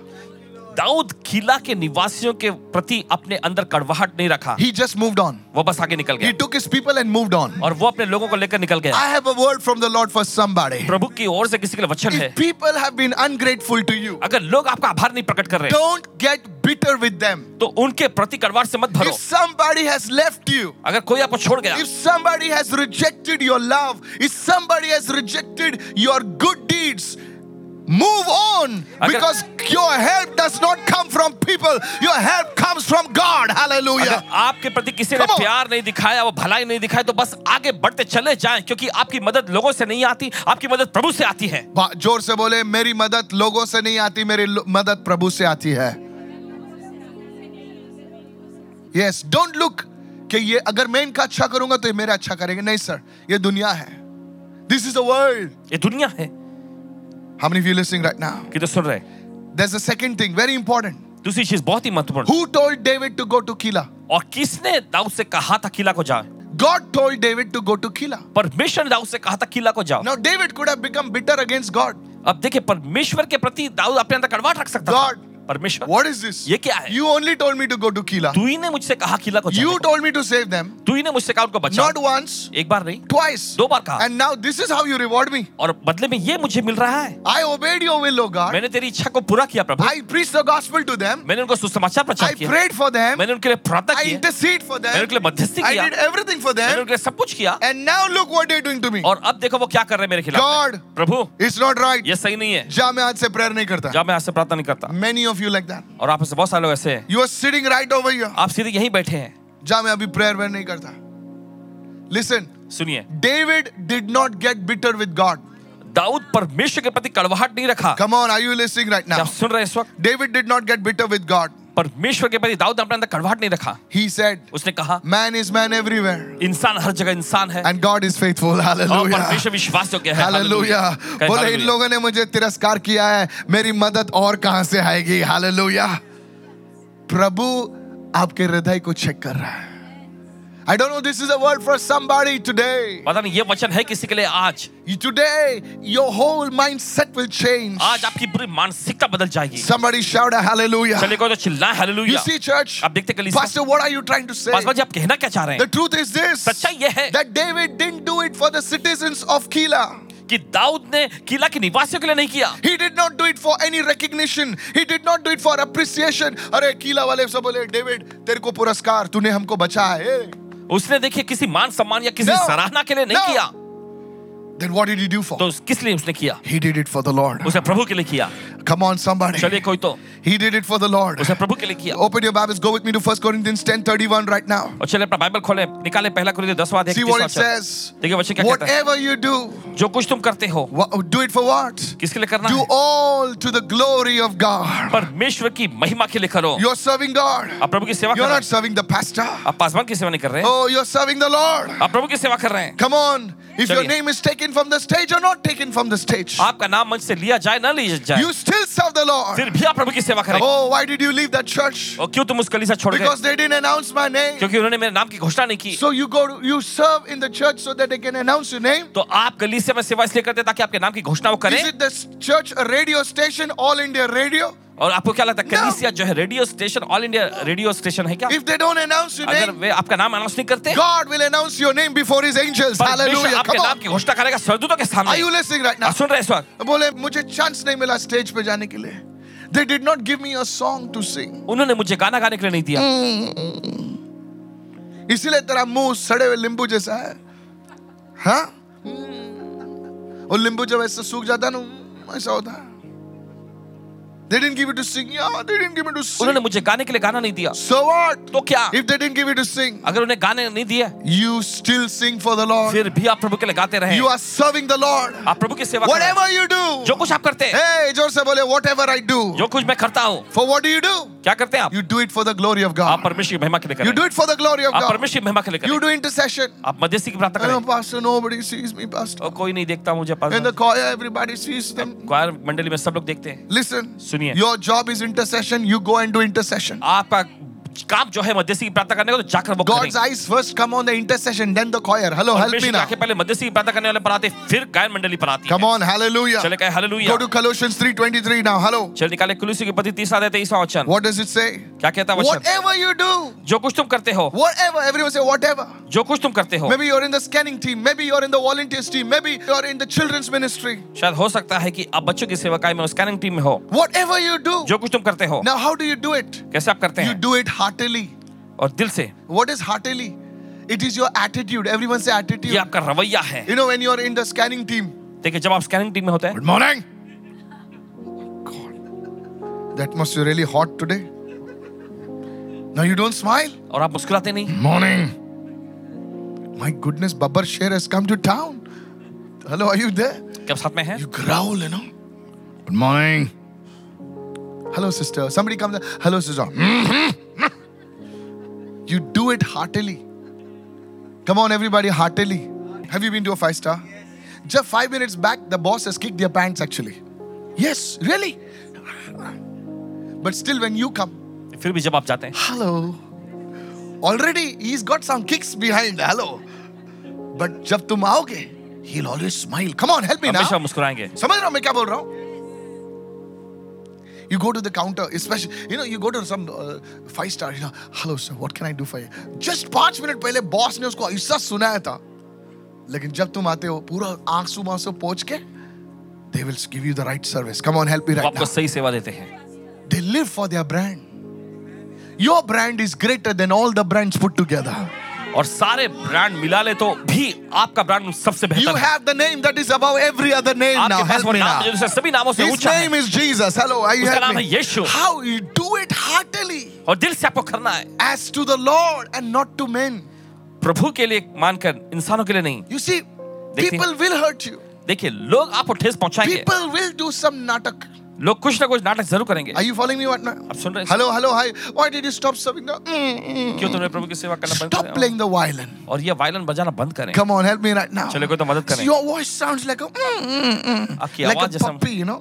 Speaker 2: Dawood किला के निवासियों के प्रति अपने अंदर कड़वाहट नहीं रखा
Speaker 1: He just moved on.
Speaker 2: वो बस आगे निकल
Speaker 1: He
Speaker 2: गया
Speaker 1: took his people and moved on.
Speaker 2: और वो अपने लोगों को लेकर निकल गया
Speaker 1: I have a word from the Lord for somebody.
Speaker 2: प्रभु की ओर से किसी के लिए वचन है
Speaker 1: If people have been ungrateful to you,
Speaker 2: अगर लोग आपका आभार नहीं प्रकट कर रहे
Speaker 1: don't get bitter with them.
Speaker 2: तो उनके प्रति कड़वाट से मत भरो
Speaker 1: If somebody has left you,
Speaker 2: अगर कोई आपको छोड़ गया
Speaker 1: if somebody has rejected your love, if somebody has rejected your good deeds, move on
Speaker 2: अगर-
Speaker 1: because your help does not come from people, your help comes from God.
Speaker 2: अगर
Speaker 1: Hallelujah.
Speaker 2: आपके प्रति किसी ने
Speaker 1: Come on.
Speaker 2: प्यार नहीं दिखाया वो भलाई नहीं दिखाई तो बस आगे बढ़ते चले जाएं क्योंकि आपकी मदद लोगों से नहीं आती आपकी मदद प्रभु से आती है
Speaker 1: बा- जोर से बोले मेरी मदद लोगों से नहीं आती मेरी लो- मदद प्रभु से आती है यस डोंट लुक कि ये अगर मैं इनका अच्छा करूंगा तो ये मेरा अच्छा करेंगे नहीं सर ये दुनिया है दिस इज द वर्ल्ड
Speaker 2: ये दुनिया है
Speaker 1: how many of you listening right now
Speaker 2: किधर सुन रहे हैं
Speaker 1: there is a second thing very important
Speaker 2: दूसरी चीज बहुत ही महत्वपूर्ण
Speaker 1: who told David to go to Keilah
Speaker 2: और किसने दाऊद से कहा था किला को जाओ
Speaker 1: God told David to go to Keilah
Speaker 2: परमेश्वर ने दाऊद से कहा था किला को जाओ
Speaker 1: now David could have become bitter against God
Speaker 2: अब देखिए परमेश्वर के प्रति दाऊद अपने अंदर कड़वाट रख सकता था
Speaker 1: God.
Speaker 2: परमेश्वर
Speaker 1: व्हाट इज दिस
Speaker 2: ये क्या है?
Speaker 1: You only told me to go to Keilah
Speaker 2: तू ही ने मुझसे कहा किला को
Speaker 1: यू
Speaker 2: जाओ
Speaker 1: told me to save them
Speaker 2: तू ही ने मुझसे कहा उनको बचाओ
Speaker 1: नॉट वंस
Speaker 2: एक बार नहीं
Speaker 1: twice.
Speaker 2: दो बार कहा
Speaker 1: And now this is how you reward me.
Speaker 2: और बदले में ये मुझे मिल रहा है
Speaker 1: I obeyed your will, O God.
Speaker 2: मैंने तेरी इच्छा को पूरा किया प्रभु
Speaker 1: I preached the gospel to them.
Speaker 2: मैंने उनको सुसमाचार
Speaker 1: I
Speaker 2: प्रचार किया
Speaker 1: prayed for them.
Speaker 2: मैंने उनके लिए प्रार्थना
Speaker 1: I
Speaker 2: की
Speaker 1: intercede for
Speaker 2: मैंने
Speaker 1: them.
Speaker 2: उनके लिए मध्यस्थी
Speaker 1: I
Speaker 2: किया
Speaker 1: did everything for
Speaker 2: मैंने
Speaker 1: them.
Speaker 2: उनके लिए सब कुछ किया
Speaker 1: And now look what they're doing to me.
Speaker 2: और अब देखो वो क्या कर रहे हैं मेरे खिलाफ
Speaker 1: God.
Speaker 2: Prabhu
Speaker 1: It's not right.
Speaker 2: ये सही नहीं है
Speaker 1: जा मैं आज से प्रेयर नहीं करता.
Speaker 2: जब मैं आपसे प्रार्थना नहीं करता
Speaker 1: Many of you like that.
Speaker 2: और आप में से बहुत सारे लोग ऐसे हैं
Speaker 1: You are sitting right over here.
Speaker 2: आप सीधे यहीं बैठे हैं
Speaker 1: जा मैं अभी प्रेयर वेयर नहीं करता. Listen.
Speaker 2: सुनिए
Speaker 1: David did not get bitter with God.
Speaker 2: Dawood परमेश्वर के प्रति कड़वाहट नहीं रखा
Speaker 1: Come on, are you listening right
Speaker 2: क्या
Speaker 1: now?
Speaker 2: आप सुन रहे हैं इस वक्त
Speaker 1: David did not get bitter with God.
Speaker 2: परमेश्वर के प्रति दाऊद ने अपने अंदर कड़वाहट नहीं रखा
Speaker 1: He said,
Speaker 2: उसने कहा
Speaker 1: Man is man everywhere.
Speaker 2: इंसान हर जगह इंसान है
Speaker 1: And God is faithful.
Speaker 2: Oh, और
Speaker 1: Hallelujah.
Speaker 2: परमेश्वर विश्वास योग्य है
Speaker 1: हालेलुया
Speaker 2: कहे
Speaker 1: बोले इन
Speaker 2: हालेलुया।
Speaker 1: लोगों ने मुझे तिरस्कार किया है मेरी मदद और कहां से आएगी हालेलुया प्रभु आपके हृदय को चेक कर रहा है I don't know this is a word for somebody today.
Speaker 2: पता नहीं ये वचन है किसी के लिए आज
Speaker 1: Today your whole mindset will change.
Speaker 2: आज आपकी पूरी मानसिकता बदल जाएगी
Speaker 1: Somebody shout a hallelujah.
Speaker 2: चलिए कोई तो चिल्लाए
Speaker 1: You
Speaker 2: हालेलूया
Speaker 1: see church?
Speaker 2: आप देखते कलीसिया।
Speaker 1: Pastor what are you trying to say?
Speaker 2: Paswan ji आप कहना क्या चाह रहे
Speaker 1: The
Speaker 2: हैं
Speaker 1: truth is this.
Speaker 2: सच्चाई ये है
Speaker 1: That David didn't do it for the citizens of Keilah.
Speaker 2: कि दाऊद ने किला के निवासियों के लिए नहीं किया
Speaker 1: He did not do it for any recognition. He did not do it for appreciation. अरे कीला वाले सब बोले डेविड तेरे को पुरस्कार तूने हमको बचाया है
Speaker 2: उसने देखिए किसी मान सम्मान या किसी
Speaker 1: No.
Speaker 2: सराहना के लिए
Speaker 1: No.
Speaker 2: नहीं किया
Speaker 1: Then what did he do for?
Speaker 2: तो उस- किस लिए उसने किया
Speaker 1: He did it for the Lord.
Speaker 2: उसने प्रभु के लिए किया
Speaker 1: Come on somebody.
Speaker 2: चलिए कोई तो
Speaker 1: He did it for the Lord.
Speaker 2: उसने प्रभु के लिए किया
Speaker 1: Open your Bibles. Go with me to 1 Corinthians 10:31 right now.
Speaker 2: और चलिए अपना बाइबल खोले निकाले पहला कुरियन दसवा
Speaker 1: See what it says.
Speaker 2: देखिए बच्चे क्या कहता है
Speaker 1: Whatever you do,
Speaker 2: जो कुछ तुम करते हो
Speaker 1: wha- do it for what?
Speaker 2: किसके लिए करना
Speaker 1: Do
Speaker 2: है
Speaker 1: all to the glory of God.
Speaker 2: परमेश्वर की महिमा के लिए करो
Speaker 1: You're serving God.
Speaker 2: आप प्रभु की सेवा कर
Speaker 1: You're
Speaker 2: रहे
Speaker 1: not
Speaker 2: हैं
Speaker 1: serving the pastor.
Speaker 2: आप पासवान की सेवा नहीं कर रहे हैं
Speaker 1: Oh, you're serving the Lord.
Speaker 2: आप प्रभु की सेवा कर रहे हैं
Speaker 1: Come on. If your
Speaker 2: चलिए।
Speaker 1: name is taken from the stage or not taken from the stage,
Speaker 2: आपका नाम मंच से लिया जाए ना लिया जाए
Speaker 1: you still serve the
Speaker 2: फिर
Speaker 1: Lord.
Speaker 2: भी आप प्रभु की सेवा करें
Speaker 1: Oh, why did you leave that church?
Speaker 2: और क्यों तुम उस कलीसा छोड़ गए
Speaker 1: Because they didn't announce my name.
Speaker 2: क्योंकि उन्होंने मेरे नाम की घोषणा नहीं की
Speaker 1: So you go, you serve in the church so that they can announce your name.
Speaker 2: तो आप कलीसिया में सेवा इसलिए करते हैं ताकि आपके नाम की घोषणा वो करें
Speaker 1: Is it this church a radio station, all India radio?
Speaker 2: और आपको क्या लगता है कलीसिया जो है radio station all India radio station है क्या
Speaker 1: If they don't announce your
Speaker 2: अगर
Speaker 1: name,
Speaker 2: वे आपका नाम अनाउंस नहीं करते
Speaker 1: God will announce your name before His angels.
Speaker 2: पर बेशक
Speaker 1: Hallelujah.
Speaker 2: आपके
Speaker 1: Come
Speaker 2: नाम Ah,
Speaker 1: on.
Speaker 2: की घोषणा करेगा सरदूतों के सामने
Speaker 1: Are you listening right now?
Speaker 2: आप सुन रहे हैं इस वक्त
Speaker 1: बोले मुझे चांस नहीं मिला स्टेज पे जाने के लिए They did not give me a song to sing.
Speaker 2: उन्होंने मुझे गाना गाने के लिए नहीं दिया
Speaker 1: Mm. इसीलिए तेरा मुंह सड़े हुए नींबू जैसा है हाँ
Speaker 2: हम्म।
Speaker 1: और नींबू जब ऐसा सूख जाता है ना ऐसा होता है They didn't give you to sing. Yeah, they didn't give me to
Speaker 2: उन्होंने
Speaker 1: sing.
Speaker 2: मुझे गाने के लिए गाना नहीं दिया
Speaker 1: So what?
Speaker 2: तो क्या
Speaker 1: If they didn't give you to sing,
Speaker 2: अगर उन्हें गाने नहीं दिए
Speaker 1: you still sing for the Lord.
Speaker 2: फिर भी आप प्रभु के लिए गाते रहे
Speaker 1: You are serving the Lord.
Speaker 2: आप प्रभु की सेवा कर रहे हैं।
Speaker 1: Whatever you do.
Speaker 2: जो कुछ आप करते हैं
Speaker 1: Hey, जोर से बोले whatever I do.
Speaker 2: जो कुछ मैं करता हूँ
Speaker 1: For what do you do?
Speaker 2: क्या करते हैं आप
Speaker 1: You do it for the glory of God.
Speaker 2: आप परमेश्वर की महिमा के लिए
Speaker 1: You
Speaker 2: करें
Speaker 1: do it for the glory of
Speaker 2: आप
Speaker 1: God.
Speaker 2: परमेश्वर की महिमा के लिए
Speaker 1: You
Speaker 2: करें
Speaker 1: do intercession.
Speaker 2: आप मध्यस्थी की प्रार्थना
Speaker 1: Oh,
Speaker 2: करें
Speaker 1: Pastor, nobody sees me, Pastor.
Speaker 2: और कोई नहीं देखता मुझे पास
Speaker 1: In the choir, everybody sees them.
Speaker 2: क्वायर मंडली में सब लोग देखते हैं
Speaker 1: Listen,
Speaker 2: सुनिए।
Speaker 1: your job is intercession. You go and do intercession.
Speaker 2: आपका काम जो है मध्यस्थी की प्रार्थना करने का तो जाकर वो
Speaker 1: God's
Speaker 2: करें
Speaker 1: eyes first come on the intercession, then the choir. Hello, help me
Speaker 2: परमेश्वर की
Speaker 1: now.
Speaker 2: आंखें पहले मध्यस्थी की प्रार्थना करने वाले पर आते हैं, फिर गायन मंडली पर आती
Speaker 1: Come
Speaker 2: है
Speaker 1: on, hallelujah.
Speaker 2: चले कहे
Speaker 1: Go
Speaker 2: hallelujah
Speaker 1: to Colossians 3.23 now. Hello.
Speaker 2: चल निकाले कुलुसी की पति तीसरा देते ईसा वचन
Speaker 1: What does it say?
Speaker 2: क्या कहता है वचन
Speaker 1: Whatever you do,
Speaker 2: जो कुछ तुम करते हो
Speaker 1: whatever, everyone say whatever.
Speaker 2: जो कुछ तुम करते हो
Speaker 1: Maybe you're in the scanning team, maybe you're in the volunteers team, maybe you're in the children's ministry.
Speaker 2: शायद हो सकता है कि आप बच्चों की सेवाकाई में स्कैनिंग टीम में हो
Speaker 1: Whatever you do.
Speaker 2: जो कुछ तुम करते हो
Speaker 1: Now, how do you do it?
Speaker 2: कैसे आप करते
Speaker 1: You
Speaker 2: हैं
Speaker 1: do it heartily.
Speaker 2: और दिल से
Speaker 1: What is heartily? It is your attitude. Everyone say attitude.
Speaker 2: ये आपका रवैया है
Speaker 1: You know, when you're in the scanning team.
Speaker 2: देखिए जब आप स्कैनिंग टीम में होते हैं
Speaker 1: Good morning. God, that must be really hot today. Now you don't smile.
Speaker 2: और आप मुस्कुराते नहीं
Speaker 1: Morning. My goodness, Babar Sher has come to town. Hello, are you there?
Speaker 2: क्या आप साथ में हैं
Speaker 1: You growl, you know. Good morning. Hello, sister. Somebody comes. up, Hello, sister. Mm-hmm. you do it heartily. Come on, everybody, heartily. Have you been to a five star? Just five minutes back, the boss has kicked their pants, actually. Yes, really. But still, when you come,
Speaker 2: फिर भी जब आप जाते हैं
Speaker 1: hello. Already, he's got some kicks behind. Hello. But जब तुम आओगे, he'll always smile. Come on, help me now.
Speaker 2: हमेशा मुस्कुराएंगे
Speaker 1: समझ रहा हूं मैं क्या बोल रहा हूं You go to the counter, especially, you know, you go to some uh, five star, you know, hello sir, what can I do for you? Just पांच मिनट पहले बॉस ने उसको ऐसा सुनाया था लेकिन जब तुम आते हो पूरा आंसू मांसू पहुंच के they will give you the right service. Come on, help me
Speaker 2: वो
Speaker 1: right
Speaker 2: तो आपको
Speaker 1: now.
Speaker 2: सही सेवा देते हैं
Speaker 1: They live for their brand. Your brand is greater than all the brands put together.
Speaker 2: और सारे ब्रांड मिला ले तो भी आपका ब्रांड सबसे
Speaker 1: You
Speaker 2: बेहतर है
Speaker 1: have the name that is above every other name now.
Speaker 2: आपके पास
Speaker 1: Help
Speaker 2: वो
Speaker 1: me
Speaker 2: नाम
Speaker 1: now.
Speaker 2: है जो दूसरे सभी नामों से
Speaker 1: His
Speaker 2: ऊंचा है
Speaker 1: name is Jesus. Hello, are you
Speaker 2: उसका
Speaker 1: helping?
Speaker 2: नाम है यीशु।
Speaker 1: How you do it heartily
Speaker 2: और दिल से आपको करना है
Speaker 1: as to the Lord and not to men.
Speaker 2: प्रभु के लिए मानकर इंसानों के लिए नहीं
Speaker 1: You see,
Speaker 2: देखते
Speaker 1: people will hurt you.
Speaker 2: देखिए लोग आपको ठेस पहुंचाएंगे
Speaker 1: People will do some natak.
Speaker 2: लोग कुछ ना कुछ नाटक जरूर करेंगे
Speaker 1: Are you following me right now?
Speaker 2: आप सुन रहे हैं
Speaker 1: Hello, hello, hi. Why did you stop serving the? Mm, mm.
Speaker 2: क्यों तुमने प्रभु की सेवा करना बंद
Speaker 1: Stop
Speaker 2: करा?
Speaker 1: playing the violin.
Speaker 2: और ये वायलन बजाना बंद करें
Speaker 1: Come on, help me right now.
Speaker 2: चलो कोई तो मदद
Speaker 1: See,
Speaker 2: करें
Speaker 1: your voice sounds like a mm, mm, mm.
Speaker 2: आपकी आवाज
Speaker 1: like a
Speaker 2: जैसा
Speaker 1: puppy, you know.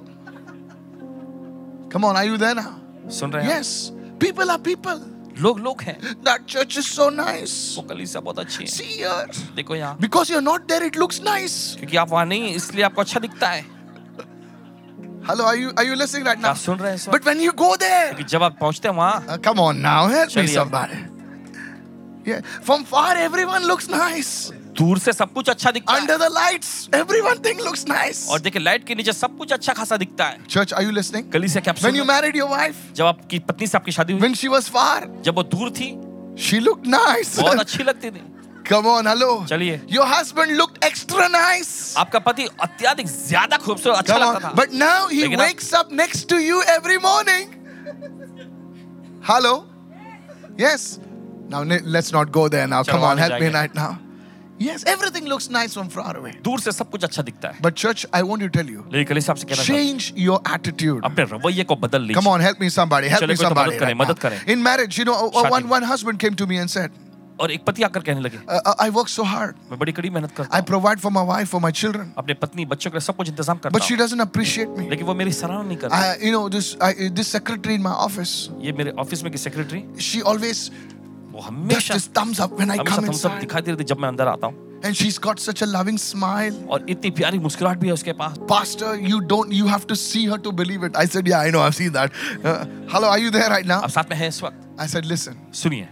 Speaker 1: Come on, are you there now?
Speaker 2: सुन रहे हैं
Speaker 1: Yes, people are people.
Speaker 2: लोग लोग हैं
Speaker 1: That church is so nice.
Speaker 2: वो कलीसिया बहुत अच्छी है
Speaker 1: See here.
Speaker 2: देखो यहाँ
Speaker 1: Because you're not there, it looks nice.
Speaker 2: क्योंकि आप वहाँ नहीं हैं, इसलिए आपको अच्छा दिखता है क्या
Speaker 1: Hello, are you are you listening right now?
Speaker 2: आप सुन रहे हैं इस वक्त?
Speaker 1: But when you go there,
Speaker 2: कि जब आप पहुंचते हैं वहाँ
Speaker 1: Uh, come on now, help me
Speaker 2: Chaliye.
Speaker 1: somebody. Yeah, from far everyone looks nice.
Speaker 2: दूर से सब कुछ अच्छा दिखता है
Speaker 1: Under the lights, everyone thing looks nice.
Speaker 2: और देखिए लाइट के नीचे सब कुछ अच्छा खासा दिखता है
Speaker 1: Church, are you listening?
Speaker 2: कलीसिया क्या आप
Speaker 1: When
Speaker 2: सुन
Speaker 1: you
Speaker 2: रहे
Speaker 1: married your wife,
Speaker 2: हैं? जब आपकी पत्नी से आपकी शादी हुई
Speaker 1: when she was far,
Speaker 2: जब वो दूर थी
Speaker 1: she looked nice.
Speaker 2: बहुत अच्छी लगती थी
Speaker 1: come on, hello.
Speaker 2: चलिए।
Speaker 1: Your husband looked extra nice.
Speaker 2: आपका पति अत्याधिक ज्यादा खूबसूरत अच्छा
Speaker 1: Come
Speaker 2: लगता
Speaker 1: on.
Speaker 2: था
Speaker 1: But now he
Speaker 2: Lekin aap-
Speaker 1: wakes up next to you every morning. Hello? Yes. Now ne- let's not go there now.
Speaker 2: Chalo,
Speaker 1: Come on,
Speaker 2: aage
Speaker 1: help me
Speaker 2: jayenge.
Speaker 1: right now. Yes, everything looks nice from far away.
Speaker 2: दूर से सब कुछ अच्छा दिखता है
Speaker 1: But church, I want to tell you,
Speaker 2: लेकिन कलीसिया आपसे कहना चाहता
Speaker 1: change your attitude.
Speaker 2: हूं, अपने रवैये को बदल
Speaker 1: Come
Speaker 2: लीजिए
Speaker 1: on, help me somebody. Help
Speaker 2: Chalo,
Speaker 1: me
Speaker 2: koi to
Speaker 1: somebody.
Speaker 2: madad kare,
Speaker 1: right
Speaker 2: madad
Speaker 1: now.
Speaker 2: kare.
Speaker 1: In marriage, you know, uh, uh,
Speaker 2: Shadi
Speaker 1: one
Speaker 2: mein.
Speaker 1: one husband came to me and said,
Speaker 2: और एक पति आकर कहने लगे
Speaker 1: uh, uh, "I work so hard.
Speaker 2: मैं बड़ी कड़ी मेहनत करता
Speaker 1: I
Speaker 2: हूं
Speaker 1: provide for my wife, for my children,
Speaker 2: अपने पत्नी बच्चों के लिए सब कुछ इंतजाम
Speaker 1: but
Speaker 2: करता
Speaker 1: she
Speaker 2: हूं
Speaker 1: doesn't appreciate me.
Speaker 2: लेकिन वो मेरी सराहना नहीं करती
Speaker 1: I, you know, this I, uh, this secretary in my office,
Speaker 2: ये मेरे ऑफिस में की सेक्रेटरी
Speaker 1: she always
Speaker 2: वो
Speaker 1: does
Speaker 2: हमेशा
Speaker 1: this thumbs up when I
Speaker 2: हमेशा
Speaker 1: come
Speaker 2: थम्स अप
Speaker 1: inside.
Speaker 2: दिखाती रहती है जब मैं अंदर आता हूँ
Speaker 1: And she's got such a loving smile.
Speaker 2: और इतनी प्यारी मुस्कुराहट भी है उसके पास
Speaker 1: Pastor, you don't, you have to see her to believe it. I said, Yeah, I know, I've seen that. Uh, hello, are you there right now?
Speaker 2: आप साथ में है इस वक्त
Speaker 1: I said, Listen,
Speaker 2: सुनिए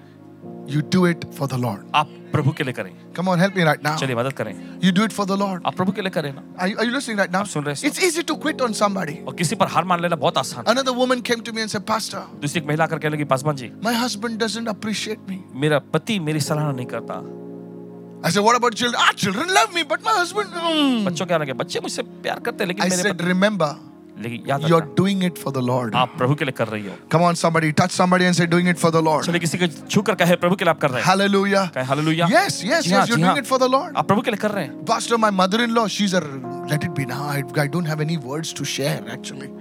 Speaker 1: you do it for the Lord.
Speaker 2: आप प्रभु के लिए करें
Speaker 1: Come on, help me right now.
Speaker 2: चलिए मदद करें
Speaker 1: You do it for the Lord.
Speaker 2: आप प्रभु के लिए करें ना
Speaker 1: Are you, are you listening right now?
Speaker 2: सुन रहे हैं सब।
Speaker 1: It's easy to quit on somebody.
Speaker 2: और किसी पर हार मान लेना बहुत आसान है
Speaker 1: Another woman came to me and said, Pastor,
Speaker 2: दूसरी एक महिला करके लगी Paswan ji
Speaker 1: my husband doesn't appreciate me.
Speaker 2: मेरा पति मेरी सराहना नहीं करता
Speaker 1: I said, What about children? Our children love me, but my husband. mm."
Speaker 2: बच्चों क्या लगे बच्चे मुझसे प्यार करते हैं
Speaker 1: I
Speaker 2: लेकिन मेरे
Speaker 1: said, Remember,
Speaker 2: पति- लेकिन याद
Speaker 1: you're
Speaker 2: रखना
Speaker 1: doing it for the Lord.
Speaker 2: आप प्रभु के लिए कर रही हो
Speaker 1: Come on, somebody, touch somebody and say, Doing it for the Lord.
Speaker 2: चलिए किसी को छू कर कहे प्रभु के लिए आप कर रहे हैं
Speaker 1: Hallelujah.
Speaker 2: कहे हालेलुया
Speaker 1: हाँ। Yes, yes, yes,
Speaker 2: जी हाँ,
Speaker 1: you're
Speaker 2: जी
Speaker 1: doing
Speaker 2: हाँ।
Speaker 1: it for the Lord.
Speaker 2: आप प्रभु के लिए कर रहे हैं
Speaker 1: Pastor, my mother in law, she's a. Let it be now. I, I don't have any words to share, actually.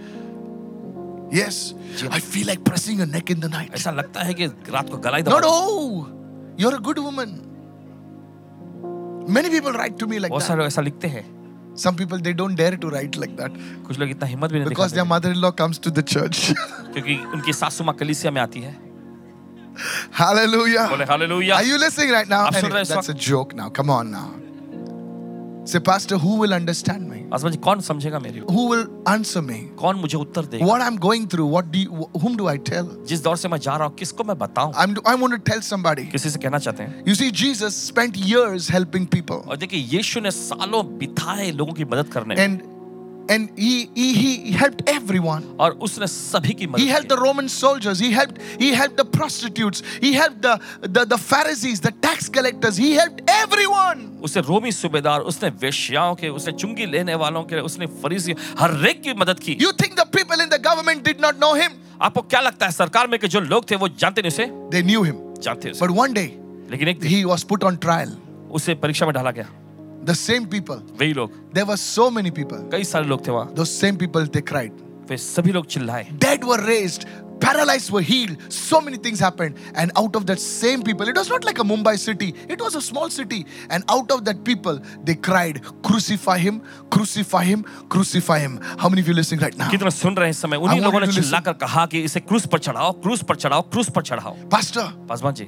Speaker 1: Yes, I feel like pressing her neck in the night.
Speaker 2: ऐसा लगता है कि रात को गला ही
Speaker 1: No,
Speaker 2: दबा
Speaker 1: no. You're a good woman. Many people write to me like
Speaker 2: बहुत
Speaker 1: that.
Speaker 2: सारे लोग ऐसा लिखते हैं
Speaker 1: Some people they don't dare to write like that
Speaker 2: कुछ लोग इतना हिम्मत भी नहीं
Speaker 1: because
Speaker 2: दिखाते
Speaker 1: their mother-in-law comes to the church.
Speaker 2: क्योंकि उनकी सासू माँ कलीसिया में आती है बोले
Speaker 1: Hallelujah.
Speaker 2: Hallelujah
Speaker 1: Are you listening right now?
Speaker 2: आप सुन
Speaker 1: Anyway,
Speaker 2: रहे हो इस
Speaker 1: that's a joke now. Come on now. Say, Pastor, who will understand me?
Speaker 2: आसमान जी कौन समझेगा मेरी को?
Speaker 1: Who will answer me?
Speaker 2: कौन मुझे उत्तर देगा
Speaker 1: What I'm going through? What do you, whom do I tell?
Speaker 2: जिस दौर से मैं जा रहा हूँ किसको मैं बताऊँ
Speaker 1: I'm I want to tell somebody.
Speaker 2: किसी से कहना चाहते हैं
Speaker 1: You see, Jesus spent years helping people.
Speaker 2: और देखिए यीशु ने सालों बिताए लोगों की मदद करने में
Speaker 1: and and he, he he helped everyone
Speaker 2: और उसने सभी की
Speaker 1: he helped
Speaker 2: मदद
Speaker 1: the
Speaker 2: की।
Speaker 1: roman soldiers he helped he helped the prostitutes he helped the the, the pharisees the tax collectors he helped everyone
Speaker 2: उसने रोमी सूबेदार उसने वेश्याओं के उसने चुंगी लेने वालों के उसने फरीसी हर एक की मदद की
Speaker 1: you think the people in the government did not know him
Speaker 2: आपको क्या लगता है सरकार में के जो लोग थे वो जानते नहीं उसे
Speaker 1: they knew him
Speaker 2: जानते उसे
Speaker 1: but one day
Speaker 2: लेकिन एक दिन
Speaker 1: he was put on trial
Speaker 2: उसे परीक्षा में डाला गया
Speaker 1: the same people
Speaker 2: वही लोग
Speaker 1: there were so many people
Speaker 2: कई सारे लोग थे वहाँ
Speaker 1: those same people they cried
Speaker 2: वे सभी लोग चिल्लाए
Speaker 1: dead were raised paralyzed were healed so many things happened and out of that same people it was not like a mumbai city it was a small city and out of that people they cried crucify him crucify him crucify him how many of you listening right now
Speaker 2: कितना सुन रहे हैं इस समय उन्हीं
Speaker 1: want you
Speaker 2: लोगों
Speaker 1: to
Speaker 2: ने
Speaker 1: listen.
Speaker 2: चिल्लाकर कहा कि इसे क्रूस पर चढ़ाओ क्रूस पर चढ़ाओ क्रूस पर चढ़ाओ
Speaker 1: pastor
Speaker 2: Paswan ji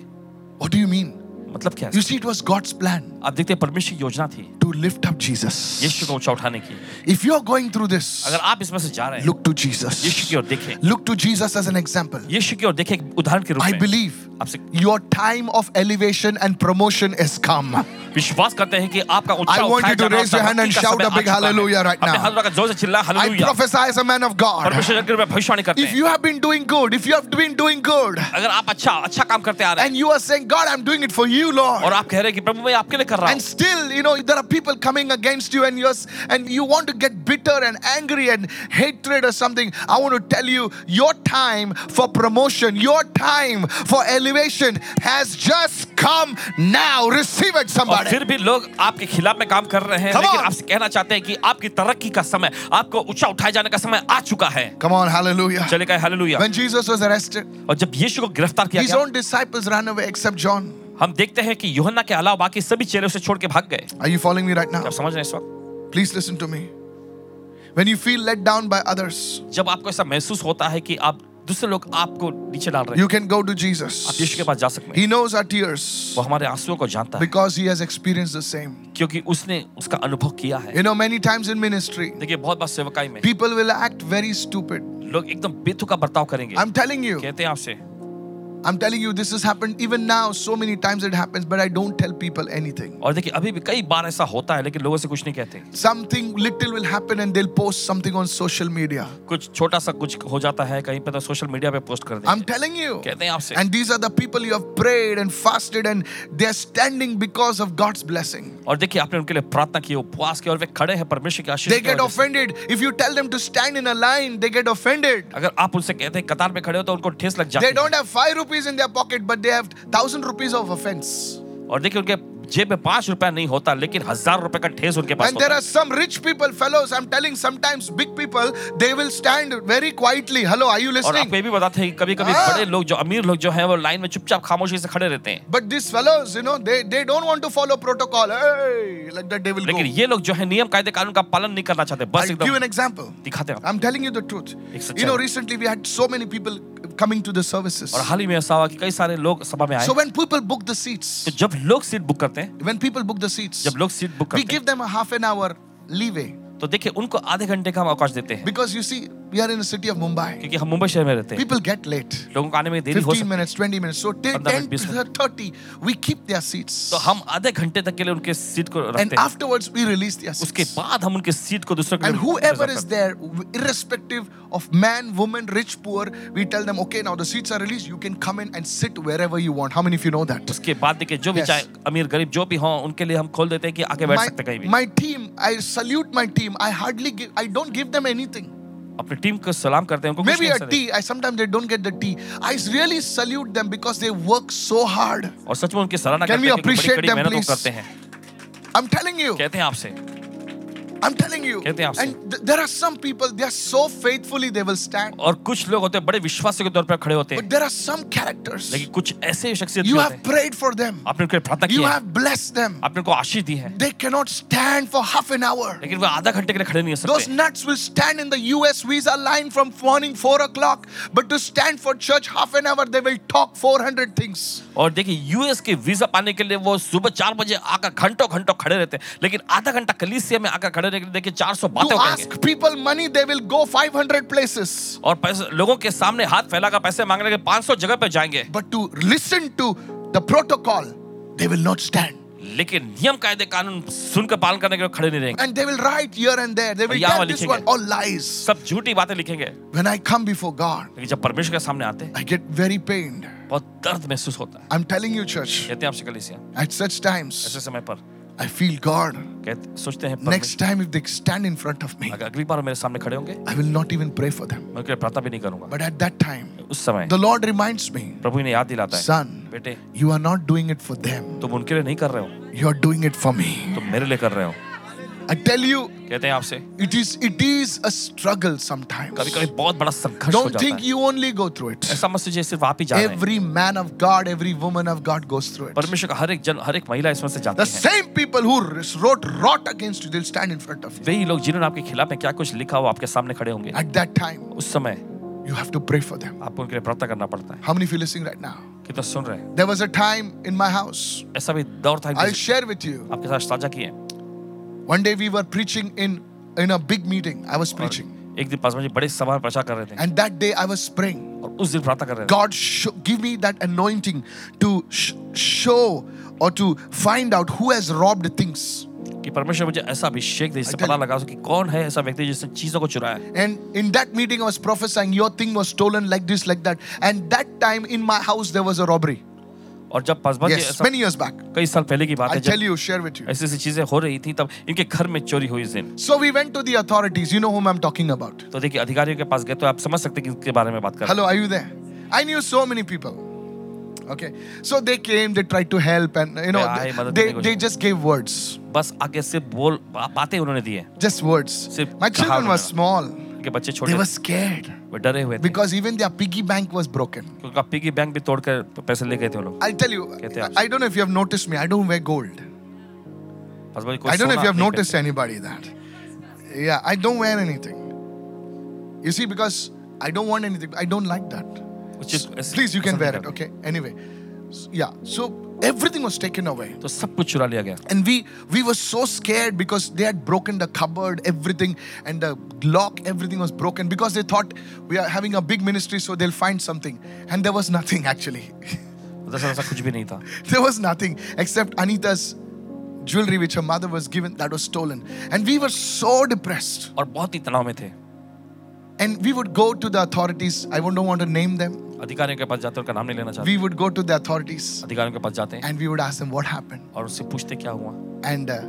Speaker 1: what do you mean
Speaker 2: मतलब क्या है
Speaker 1: you see it was god's plan
Speaker 2: आप देखते हैं परमेश्वर की योजना थी
Speaker 1: to lift up jesus
Speaker 2: यीशु को ऊंचा उठाने की
Speaker 1: if you're going through this
Speaker 2: अगर आप इसमें से जा रहे हैं
Speaker 1: look to jesus
Speaker 2: यीशु की ओर देखें
Speaker 1: look to jesus as an example
Speaker 2: यीशु की ओर देखें एक उदाहरण के रूप
Speaker 1: i
Speaker 2: में
Speaker 1: believe
Speaker 2: आपसे
Speaker 1: your time of elevation and promotion has come
Speaker 2: विश्वास करते हैं कि आपका ऊंचा
Speaker 1: I want
Speaker 2: उठाया
Speaker 1: you to
Speaker 2: जाना
Speaker 1: raise your
Speaker 2: आपका
Speaker 1: hand and
Speaker 2: हकीकत
Speaker 1: shout
Speaker 2: समय
Speaker 1: a
Speaker 2: आ
Speaker 1: big
Speaker 2: चुका है।
Speaker 1: hallelujah right
Speaker 2: अपने
Speaker 1: now.
Speaker 2: हाथ लगा जोर से चिल्ला
Speaker 1: I
Speaker 2: hallelujah
Speaker 1: prophesy as a man of God.
Speaker 2: परमेश्वर की कृपा में भविष्यवाणी करते
Speaker 1: If
Speaker 2: हैं
Speaker 1: you have been doing good, if you have been doing good,
Speaker 2: अगर आप अच्छा अच्छा काम करते आ रहे
Speaker 1: and you are saying, God, I'm doing it for you,
Speaker 2: हैं और
Speaker 1: Lord.
Speaker 2: आप कह रहे हैं कि प्रभु मैं आपके लिए कर रहा
Speaker 1: And
Speaker 2: हूँ
Speaker 1: still, you know, there are people coming against you, and you're s- and you want to get bitter and angry and hatred or something. I want to tell you, your time for promotion, your time for elevation has just come now. Receive it,
Speaker 2: और
Speaker 1: somebody.
Speaker 2: फिर भी लोग आपके खिलाफ में काम कर रहे हैं
Speaker 1: Come
Speaker 2: लेकिन
Speaker 1: on.
Speaker 2: आपसे कहना चाहते हैं कि आपकी तरक्की का समय आपको ऊंचा उठाए जाने का समय आ चुका है
Speaker 1: Come on, hallelujah.
Speaker 2: चले गए hallelujah
Speaker 1: When Jesus was arrested,
Speaker 2: और जब यीशु को गिरफ्तार किया
Speaker 1: his
Speaker 2: गया
Speaker 1: own disciples ran away except John.
Speaker 2: हम देखते हैं कि यूहन्ना के अलावा बाकी सभी चेहरे उसे छोड़ के भाग गए
Speaker 1: Are you following me right now?
Speaker 2: आप समझ रहे हैं इस वक्त
Speaker 1: Please listen to me. When you feel let down by others,
Speaker 2: जब आपको ऐसा महसूस होता है कि आप दूसरे लोग आपको नीचे डाल रहे हैं
Speaker 1: you can go to
Speaker 2: आप यीशु
Speaker 1: Jesus.
Speaker 2: के पास जा सकते हैं
Speaker 1: He knows our tears
Speaker 2: वो हमारे आंसुओं को जानता है
Speaker 1: because he has experienced the same.
Speaker 2: क्योंकि उसने उसका अनुभव किया है
Speaker 1: You know, many times in ministry,
Speaker 2: देखिए बहुत बार सेवकाई में
Speaker 1: people will act very stupid.
Speaker 2: लोग एकदम बेतुका बर्ताव करेंगे
Speaker 1: I'm telling you,
Speaker 2: कहते हैं आपसे
Speaker 1: I'm telling you, this has happened even now. So many times it happens, but I don't tell people anything.
Speaker 2: और देखिए अभी भी कई बार ऐसा होता है लेकिन लोगों से कुछ नहीं कहते
Speaker 1: Something little will happen and they'll post something on social media.
Speaker 2: कुछ छोटा सा कुछ हो जाता है कहीं पे तो सोशल मीडिया पे पोस्ट कर
Speaker 1: I'm
Speaker 2: देंगे
Speaker 1: telling you.
Speaker 2: कहते हैं आपसे
Speaker 1: And these are the people you have prayed and fasted, and they're standing because of God's blessing.
Speaker 2: और देखिए आपने उनके लिए प्रार्थना की उपवास की और वे खड़े हैं परमेश्वर के आशीष
Speaker 1: They
Speaker 2: की
Speaker 1: get
Speaker 2: वजह से।
Speaker 1: offended. If you tell them to stand in a line, they get offended.
Speaker 2: अगर आप उनसे कहते हैं कतार में खड़े हो तो उनको ठेस लग जाती
Speaker 1: They
Speaker 2: है
Speaker 1: don't have five rupees in their pocket, but they have thousand rupees of offense.
Speaker 2: और देखिए उनके जेब में पांच रुपया नहीं होता लेकिन हजार रुपए का ठेस उनके पास
Speaker 1: And there
Speaker 2: होता
Speaker 1: are
Speaker 2: है
Speaker 1: some rich people, fellows. I'm telling sometimes big people, they will stand very quietly. Hello, are you
Speaker 2: और आप
Speaker 1: listening?
Speaker 2: ये भी बताते हैं कभी कभी
Speaker 1: हाँ।
Speaker 2: बड़े लोग जो अमीर लोग जो हैं वो लाइन में चुपचाप खामोशी से खड़े रहते हैं
Speaker 1: But these fellows, you know, they, they don't want to follow protocol. Hey, like that they will
Speaker 2: लेकिन
Speaker 1: go.
Speaker 2: ये लोग जो है नियम कायदे कानून का पालन नहीं करना चाहते बस
Speaker 1: I'll give an
Speaker 2: एकदम
Speaker 1: example.
Speaker 2: दिखाते हैं
Speaker 1: I'm telling you the truth.
Speaker 2: एक सच्चाई।
Speaker 1: You know, recently we had so many people coming to the services.
Speaker 2: और हाल ही में ऐसा हुआ कि कई सारे लोग सभा में आए
Speaker 1: So when people book the seats,
Speaker 2: तो जब लोग सीट बुक करते होते हैं
Speaker 1: When people book the seats,
Speaker 2: जब लोग सीट बुक
Speaker 1: we
Speaker 2: करते
Speaker 1: give them a half an hour leeway
Speaker 2: हैं तो देखिए उनको आधे घंटे का हम अवकाश देते हैं
Speaker 1: because you see, we are in the city of Mumbai.
Speaker 2: क्योंकि हम मुंबई शहर में रहते हैं
Speaker 1: People get late.
Speaker 2: लोगों को आने में देरी हो
Speaker 1: 15
Speaker 2: सकती है
Speaker 1: minutes, 20 minutes. So till
Speaker 2: 15
Speaker 1: 10
Speaker 2: minutes, 20
Speaker 1: to 30, we keep their seats.
Speaker 2: तो हम आधे घंटे तक के लिए उनके सीट को
Speaker 1: And
Speaker 2: रखते हैं
Speaker 1: afterwards, we release their
Speaker 2: उसके
Speaker 1: seats.
Speaker 2: बाद हम उनके सीट को दूसरों के
Speaker 1: And
Speaker 2: लिए
Speaker 1: whoever
Speaker 2: reserve
Speaker 1: is
Speaker 2: करते
Speaker 1: there, irrespective of man, woman, rich, poor, we tell them, okay, now the seats are released. You can come in and sit wherever you want. How many of you know
Speaker 2: हैं।
Speaker 1: that?
Speaker 2: उसके बाद देखिए जो भी
Speaker 1: Yes.
Speaker 2: चाहे अमीर गरीब जो भी हो उनके लिए हम खोल देते हैं कि आके बैठ
Speaker 1: My,
Speaker 2: सकते हैं कहीं भी
Speaker 1: my team, I salute my team. I hardly give, I don't give them anything.
Speaker 2: अपनी टीम को सलाम करते हैं उनको कुछ
Speaker 1: Maybe
Speaker 2: नहीं
Speaker 1: a
Speaker 2: देते।
Speaker 1: tea. I sometimes they don't get the tea. I really salute them because they work so hard.
Speaker 2: और सच में उनकी सराहना
Speaker 1: Can
Speaker 2: करते
Speaker 1: we
Speaker 2: हैं कि बड़ी
Speaker 1: appreciate
Speaker 2: कड़ी
Speaker 1: them,
Speaker 2: मेहनत वो
Speaker 1: please?
Speaker 2: करते हैं
Speaker 1: I'm telling you.
Speaker 2: कहते हैं आपसे
Speaker 1: I'm telling you.
Speaker 2: कहते हैं आपसे।
Speaker 1: And th- there are some people, they are so faithfully, they will stand.
Speaker 2: और कुछ लोग होते हैं बड़े विश्वास के तौर पर खड़े होते हैं
Speaker 1: But there are some characters.
Speaker 2: लेकिन कुछ ऐसे शख्सियत भी
Speaker 1: You
Speaker 2: होते
Speaker 1: have
Speaker 2: हैं
Speaker 1: prayed for them,
Speaker 2: आपने उनके लिए प्रार्थना की
Speaker 1: you
Speaker 2: है
Speaker 1: have blessed them.
Speaker 2: आपने उनको आशीष दी है
Speaker 1: They cannot stand for half an hour.
Speaker 2: लेकिन वो आधा घंटे के लिए खड़े नहीं हो
Speaker 1: Those
Speaker 2: सकते
Speaker 1: nuts will stand in the US visa line from morning 4 o'clock, but to stand for church half an hour, they will talk 400 things.
Speaker 2: और देखिए यूएस के वीजा पाने के लिए वो सुबह चार बजे आकर घंटों घंटों खड़े रहते हैं लेकिन आधा घंटा कलीसिया में आकर खड़े रहने के लिए देखिए चार सौ
Speaker 1: You
Speaker 2: बातें करेंगे
Speaker 1: ask people money, they will go 500 places.
Speaker 2: और पैसे लोगों के सामने हाथ फैलाकर पैसे मांगने के पांच सौ जगह पे जाएंगे
Speaker 1: but to listen to the protocol, they will not stand.
Speaker 2: लेकिन नियम कायदे कानून सुनकर पालन करने के लिए खड़े नहीं रहेंगे
Speaker 1: And they will write here and there. They will
Speaker 2: यहाँ
Speaker 1: tell
Speaker 2: वहाँ
Speaker 1: this
Speaker 2: लिखेंगे।
Speaker 1: one all lies.
Speaker 2: सब झूठी बातें लिखेंगे लेकिन
Speaker 1: When I come before God,
Speaker 2: जब परमेश्वर के सामने आते हैं
Speaker 1: I get very pained.
Speaker 2: बहुत दर्द महसूस होता है
Speaker 1: I'm telling you, church,
Speaker 2: कहते हैं आपसे कलीसिया
Speaker 1: at such times,
Speaker 2: ऐसे समय पर
Speaker 1: I feel God.
Speaker 2: कहते सोचते हैं
Speaker 1: Next
Speaker 2: परमेश्वर,
Speaker 1: time, if they stand in front of me,
Speaker 2: अगर अगली बार वो मेरे सामने खड़े होंगे
Speaker 1: I will not even pray for them.
Speaker 2: मैं उनके लिए प्रार्थना भी नहीं करूंगा
Speaker 1: But at that time,
Speaker 2: उस समय
Speaker 1: the Lord reminds me,
Speaker 2: प्रभु ने याद दिलाता है
Speaker 1: Son,
Speaker 2: बेटे
Speaker 1: you are not doing it for them,
Speaker 2: तुम उनके लिए नहीं कर रहे हो
Speaker 1: you are doing it for me.
Speaker 2: तुम मेरे लिए कर रहे हो
Speaker 1: I tell you,
Speaker 2: कहते हैं आपसे
Speaker 1: it is, it is a struggle sometimes.
Speaker 2: कभी कभी बहुत बड़ा संघर्ष हो
Speaker 1: Don't
Speaker 2: जाता
Speaker 1: think
Speaker 2: है
Speaker 1: you only go through it.
Speaker 2: ऐसा मत सोचिए सिर्फ आप ही जा रहे हैं
Speaker 1: Every man of God, every woman of God goes through it.
Speaker 2: परमेश्वर का हर एक जन हर एक महिला इसमें से
Speaker 1: The
Speaker 2: जाती है
Speaker 1: same people who wrote rot against you, they'll stand in front of you.
Speaker 2: वही लोग जिन्होंने आपके खिलाफ में क्या कुछ लिखा हो आपके सामने खड़े होंगे
Speaker 1: At that time,
Speaker 2: उस समय
Speaker 1: you have to pray for them.
Speaker 2: आपको उनके लिए प्रार्थना करना पड़ता है
Speaker 1: How many of you listening right now?
Speaker 2: कितना सुन रहे हैं
Speaker 1: There was a time in my house.
Speaker 2: ऐसा भी दौर था
Speaker 1: I'll
Speaker 2: जैसे
Speaker 1: share with you.
Speaker 2: आपके साथ साझा किए
Speaker 1: One day we were preaching in in a big meeting. I was preaching,
Speaker 2: एक दिन पास मुझे बड़े सभा में प्रचार कर रहे थे
Speaker 1: and that day I was praying.
Speaker 2: और उस दिन प्रार्थना कर रहे थे
Speaker 1: God, sh- give me that anointing to sh- show or to find out who has robbed things.
Speaker 2: कि परमेश्वर मुझे ऐसा अभिषेक दे जिससे
Speaker 1: I tell
Speaker 2: पता लगा कि कौन है ऐसा व्यक्ति जिसने चीजों को चुराया है
Speaker 1: And in that meeting, I was prophesying, Your thing was stolen like this, like that. And that time in my house, there was a robbery.
Speaker 2: और जब पासवान जी
Speaker 1: Yes,
Speaker 2: ऐसा
Speaker 1: many years back.
Speaker 2: कई साल पहले की बात
Speaker 1: I'll
Speaker 2: है
Speaker 1: tell
Speaker 2: जब
Speaker 1: you, share with you.
Speaker 2: ऐसी ऐसी चीजें हो रही थी तब इनके घर में चोरी हुई इस दिन
Speaker 1: So we went to the authorities. You know whom I'm talking about.
Speaker 2: तो देखिए अधिकारियों के पास गए तो आप समझ सकते हैं कि इसके बारे में बात कर रहे हैं।
Speaker 1: Hello, are you there? I knew so many people. Okay. So they came, they tried to help, and you know,
Speaker 2: Yeah, I
Speaker 1: they,
Speaker 2: मदद
Speaker 1: they,
Speaker 2: करने की कोशिश
Speaker 1: they
Speaker 2: की।
Speaker 1: just gave words.
Speaker 2: बस आगे से बोल बा- बातें उन्होंने दी है
Speaker 1: Just words.
Speaker 2: सिर्फ
Speaker 1: My
Speaker 2: कहा
Speaker 1: children were
Speaker 2: उन्होंने।
Speaker 1: small.
Speaker 2: उनके बच्चे
Speaker 1: They
Speaker 2: छोटे
Speaker 1: were
Speaker 2: थे,
Speaker 1: scared
Speaker 2: वो डरे हुए थे
Speaker 1: because even their piggy bank was broken.
Speaker 2: क्योंकि पिगी बैंक भी तोड़कर तो पैसे ले गए थे वो लोग
Speaker 1: I'll tell you,
Speaker 2: कहते हैं
Speaker 1: I don't know if you have noticed me, I don't wear gold.
Speaker 2: बस भाई कोई
Speaker 1: I don't know if
Speaker 2: सोना
Speaker 1: you have
Speaker 2: नहीं
Speaker 1: noticed anybody that. Yeah, I don't wear anything. You see, because I don't want anything. I don't like that.
Speaker 2: पहनते, कुछ चीज़ ऐसी
Speaker 1: Please, you can
Speaker 2: पसंद
Speaker 1: wear
Speaker 2: नहीं
Speaker 1: it.
Speaker 2: करते।
Speaker 1: Okay. Anyway, S- yeah. So everything was taken away,
Speaker 2: तो सब कुछ चुरा लिया गया
Speaker 1: and we we were so scared because they had broken the cupboard, everything, and the lock, everything was broken because they thought we are having a big ministry, so they'll find something, and there was nothing actually.
Speaker 2: दरअसल ऐसा कुछ भी नहीं था
Speaker 1: there was nothing except Anita's jewelry, which her mother was given, that was stolen, and we were so depressed.
Speaker 2: और बहुत ही तनाव में थे
Speaker 1: And we would go to the authorities. I won't- don't want to name them.
Speaker 2: अधिकारियों के पास जाते हैं, उनका नाम नहीं लेना चाहते
Speaker 1: We would go to the authorities
Speaker 2: अधिकारियों के पास जाते हैं
Speaker 1: and we would ask them what happened.
Speaker 2: और उससे पूछते क्या हुआ
Speaker 1: And uh,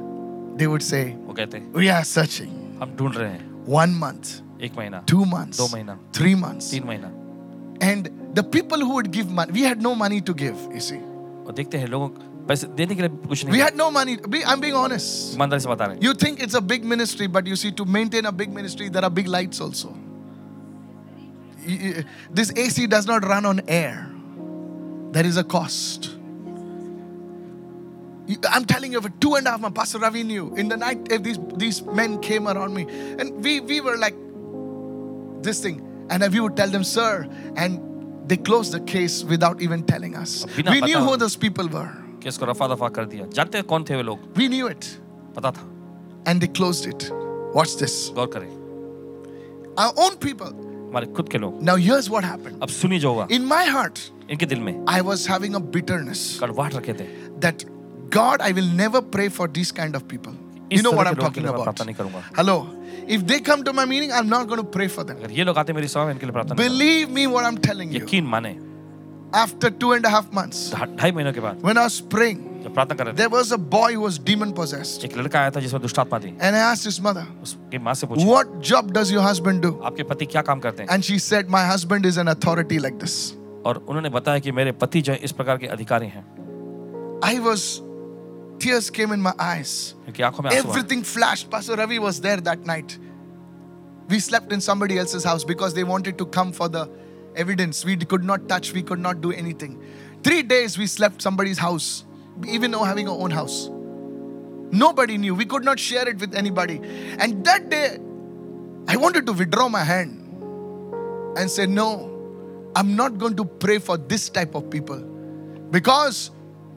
Speaker 1: they would say,
Speaker 2: वो कहते हैं
Speaker 1: We are searching.
Speaker 2: हम ढूंढ रहे हैं
Speaker 1: One month,
Speaker 2: एक महीना
Speaker 1: two months,
Speaker 2: दो महीना
Speaker 1: three months.
Speaker 2: तीन महीना
Speaker 1: And the people who would give money, we had no money to give, you see.
Speaker 2: और देखते हैं लोगों को पैसे देने के लिए भी कुछ
Speaker 1: We
Speaker 2: नहीं है।
Speaker 1: had no money. Be- I'm being honest.
Speaker 2: ईमानदारी से बता रहे हैं
Speaker 1: You think it's a big ministry, but you see, to maintain a big ministry, there are big lights also. Y- y- This AC does not run on air, there is a cost. You- I'm telling you, for two and a half months, Pastor Ravi knew. In the night, if these, these men came around me, and we, we were like this thing, and we would tell them, Sir, and they closed the case without even telling us.
Speaker 2: बिना
Speaker 1: We knew
Speaker 2: बताओ।
Speaker 1: who those people were.
Speaker 2: कि इसको रफा दफा कर दिया जानते हैं कौन थे वे लोग
Speaker 1: We knew it.
Speaker 2: पता था
Speaker 1: And they closed it. Watch this.
Speaker 2: गौर करें
Speaker 1: Our own people.
Speaker 2: हमारे खुद के लोग
Speaker 1: Now, here's what happened.
Speaker 2: अब सुनिए जो होगा
Speaker 1: In my heart,
Speaker 2: इनके दिल में
Speaker 1: I was having a bitterness
Speaker 2: कड़वाहट रखे थे
Speaker 1: that God, I will never pray for these kind of people. You
Speaker 2: इस
Speaker 1: know
Speaker 2: तरह
Speaker 1: what
Speaker 2: के
Speaker 1: I'm
Speaker 2: लोगों के
Speaker 1: talking
Speaker 2: लिए मैं
Speaker 1: about.
Speaker 2: प्रार्थना नहीं करूंगा।
Speaker 1: Hello. If they come to my meeting, I'm not going to pray for them.
Speaker 2: अगर ये लोग आते मेरी सभा में इनके लिए प्रार्थना नहीं
Speaker 1: Believe me, what I'm telling
Speaker 2: करूंगा।
Speaker 1: you.
Speaker 2: यकीन माने
Speaker 1: After two and a half months,
Speaker 2: ढा- ढाई महीनों के बाद
Speaker 1: when I was praying,
Speaker 2: जब प्रार्थना कर रहे
Speaker 1: there was a boy who was demon possessed.
Speaker 2: थे एक लड़का आया था जिसमें दुष्टात्मा थी
Speaker 1: And I asked his mother,
Speaker 2: उसकी माँ से पूछा
Speaker 1: What job does your husband do?
Speaker 2: आपके पति क्या काम करते हैं
Speaker 1: And she said, My husband is an authority like this.
Speaker 2: और उन्होंने बताया कि मेरे पति जो है इस प्रकार के अधिकारी हैं
Speaker 1: I was, tears came in my eyes.
Speaker 2: क्योंकि आंखों में आंसू आए।
Speaker 1: Everything flashed. Pastor Ravi was there that night. We slept in somebody else's house because they wanted to come for the evidence. We could not touch, we could not do anything. Three days we slept somebody's house, even though having our own house. Nobody knew. We could not share it with anybody. And that day, I wanted to withdraw my hand and say, No, I'm not going to pray for this type of people because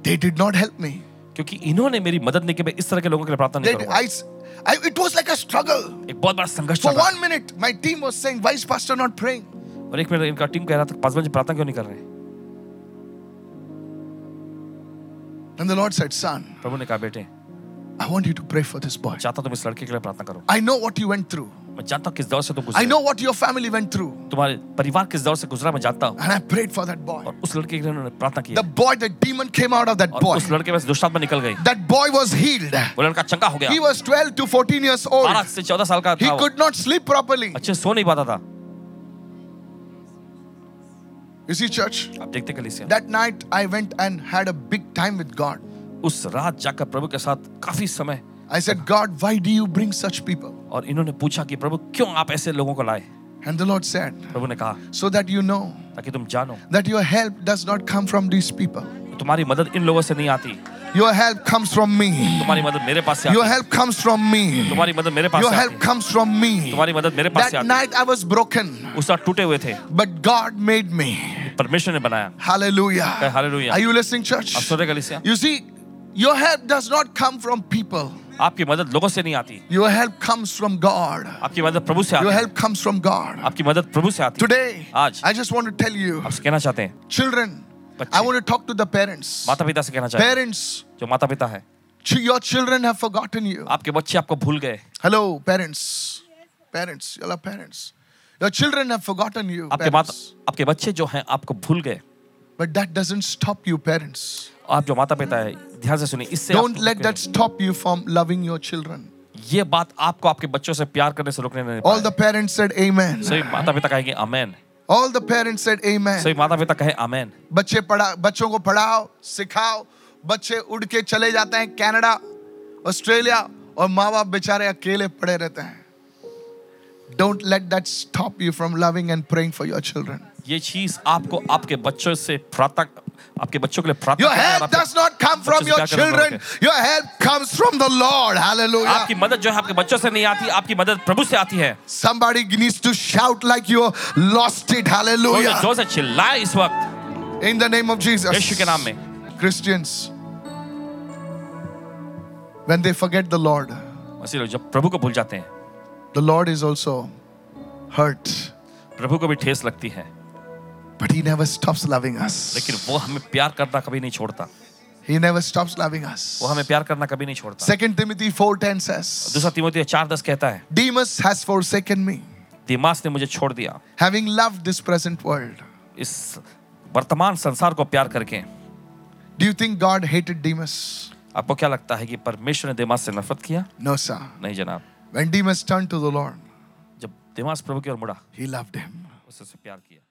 Speaker 1: they did not help me.
Speaker 2: क्योंकि इन्होंने मेरी मदद नहीं की मैं इस तरह के लोगों के लिए प्रार्थना नहीं
Speaker 1: They,
Speaker 2: करूंगा
Speaker 1: I, I, it was like a struggle.
Speaker 2: एक बहुत बड़ा संघर्ष
Speaker 1: For
Speaker 2: चल रहा
Speaker 1: one minute, my team was saying, Why is Pastor not praying?
Speaker 2: है। और एक मिनट इनका टीम कह रहा था पासवान जी प्रार्थना क्यों नहीं कर रहे हैं?"
Speaker 1: And the Lord said, Son,
Speaker 2: प्रभु ने कहा बेटे
Speaker 1: I want you to pray for this boy.
Speaker 2: चाहता तुम इस लड़के के लिए प्रार्थना करो
Speaker 1: I know what you went through.
Speaker 2: मैं जानता हूँ किस दौर से तुम
Speaker 1: I
Speaker 2: गुजरे
Speaker 1: know what your family went through.
Speaker 2: तुम्हारे परिवार किस दौर से गुजरा मैं जानता हूँ
Speaker 1: And I prayed for that boy.
Speaker 2: और उस लड़के के लिए उन्होंने प्रार्थना की
Speaker 1: The boy, the demon came out of that
Speaker 2: और
Speaker 1: boy.
Speaker 2: उस लड़के में से दुष्टात्मा निकल गई
Speaker 1: That boy was healed.
Speaker 2: वो लड़का चंगा हो
Speaker 1: He
Speaker 2: गया
Speaker 1: was 12 to 14 years old.
Speaker 2: बारह से चौदह साल का
Speaker 1: He
Speaker 2: था वो।
Speaker 1: could not sleep properly.
Speaker 2: अच्छे से सो नहीं पाता था
Speaker 1: You see, church,
Speaker 2: आप देखते कलिसिया
Speaker 1: that night I went and had a big time with God.
Speaker 2: उस रात जाकर प्रभु के साथ काफी समय
Speaker 1: I said, God, why do you bring such people?
Speaker 2: और इन्होंने पूछा कि प्रभु क्यों आप ऐसे लोगों को लाए
Speaker 1: And the Lord said,
Speaker 2: प्रभु ने कहा
Speaker 1: So that you know
Speaker 2: ताकि तुम जानो
Speaker 1: that your help does not come from these people,
Speaker 2: तुम्हारी मदद इन लोगों से नहीं आती
Speaker 1: your help comes from me.
Speaker 2: तुम्हारी मदद मेरे पास से आती
Speaker 1: Your help comes from me.
Speaker 2: तुम्हारी मदद मेरे पास
Speaker 1: Your
Speaker 2: से आती
Speaker 1: help comes from me.
Speaker 2: तुम्हारी मदद मेरे पास से
Speaker 1: That
Speaker 2: आती
Speaker 1: night I was broken,
Speaker 2: उस रात टूटे हुए थे
Speaker 1: but God made me.
Speaker 2: परमेश्वर ने बनाया
Speaker 1: Hallelujah.
Speaker 2: Okay, hallelujah.
Speaker 1: Are you listening, church?
Speaker 2: आप सुन रहे कलिसिया
Speaker 1: You see, your help does not come from people,
Speaker 2: आपकी मदद लोगों से नहीं आती
Speaker 1: your help comes from God.
Speaker 2: आपकी मदद प्रभु से आती
Speaker 1: Your
Speaker 2: है।
Speaker 1: help comes from God.
Speaker 2: आपकी मदद प्रभु से आती है।
Speaker 1: Today,
Speaker 2: आज।
Speaker 1: I just want to tell you,
Speaker 2: आपसे कहना चाहते हैं
Speaker 1: children,
Speaker 2: बच्चे।
Speaker 1: I want to talk to the parents.
Speaker 2: माता पिता से कहना चाहते हैं
Speaker 1: Parents,
Speaker 2: जो माता पिता है
Speaker 1: ch- your children have forgotten you.
Speaker 2: आपके बच्चे आपको भूल गए
Speaker 1: Hello, parents. Parents, you all are parents. Your children have forgotten you.
Speaker 2: आपके माता
Speaker 1: parents.
Speaker 2: आपके बच्चे जो हैं आपको भूल गए
Speaker 1: But that doesn't stop you, parents.
Speaker 2: आप जो माता पिता है ध्यान से सुनिए इससे
Speaker 1: Don't
Speaker 2: आपको
Speaker 1: let
Speaker 2: रोकने
Speaker 1: that stop you from loving your children.
Speaker 2: नहीं। ये बात आपको आपके बच्चों से प्यार करने से रोकने नहीं
Speaker 1: All
Speaker 2: पाए।
Speaker 1: the parents said amen.
Speaker 2: सभी माता पिता कहेंगे amen
Speaker 1: All the parents said amen.
Speaker 2: सभी माता पिता कहे अमेन
Speaker 1: बच्चे पढ़ा बच्चों को पढ़ाओ सिखाओ बच्चे उड़ के चले जाते हैं कनाडा ऑस्ट्रेलिया और माँ बाप बेचारे अकेले पड़े रहते हैं don't let that stop you from loving and praying for your children
Speaker 2: ये चीज आपको आपके बच्चों से प्रार्थना आपके बच्चों के लिए प्रार्थना
Speaker 1: Your
Speaker 2: करना और
Speaker 1: help
Speaker 2: आपके-
Speaker 1: does not come from
Speaker 2: बच्चों से
Speaker 1: your
Speaker 2: प्यार करना और
Speaker 1: children. Your help comes from the Lord. Hallelujah.
Speaker 2: आपकी मदद जो है आपके बच्चों से नहीं आती आपकी मदद प्रभु से आती है
Speaker 1: Oh, Somebody needs to shout like you lost it.
Speaker 2: कोई
Speaker 1: Hallelujah.
Speaker 2: जोर से चिल्लाए इस वक्त
Speaker 1: In the name of Jesus.
Speaker 2: यीशु के नाम में
Speaker 1: Christians, when they forget the Lord,
Speaker 2: मसीह लोग जब प्रभु को भूल जाते हैं
Speaker 1: the Lord is also hurt,
Speaker 2: प्रभु को भी ठेस लगती है
Speaker 1: but He never stops loving us.
Speaker 2: लेकिन वो हमें प्यार करना कभी नहीं छोड़ता
Speaker 1: He never stops loving us.
Speaker 2: वो हमें प्यार करना कभी नहीं छोड़ता
Speaker 1: Second Timothy 4:10 says,
Speaker 2: दूसरा तिमोथी चार दस कहता है
Speaker 1: Demas has forsaken me,
Speaker 2: दिमाग ने मुझे छोड़ दिया
Speaker 1: having loved this present world.
Speaker 2: इस वर्तमान संसार को प्यार करके
Speaker 1: Do you think God hated Demas?
Speaker 2: आपको क्या लगता है कि परमेश्वर ने दिमाग से नफरत किया
Speaker 1: No, sir.
Speaker 2: नहीं जनाब
Speaker 1: When Demas turned to the Lord,
Speaker 2: जब दिमाग प्रभु की ओर मुड़ा
Speaker 1: he loved him.
Speaker 2: उससे प्यार किया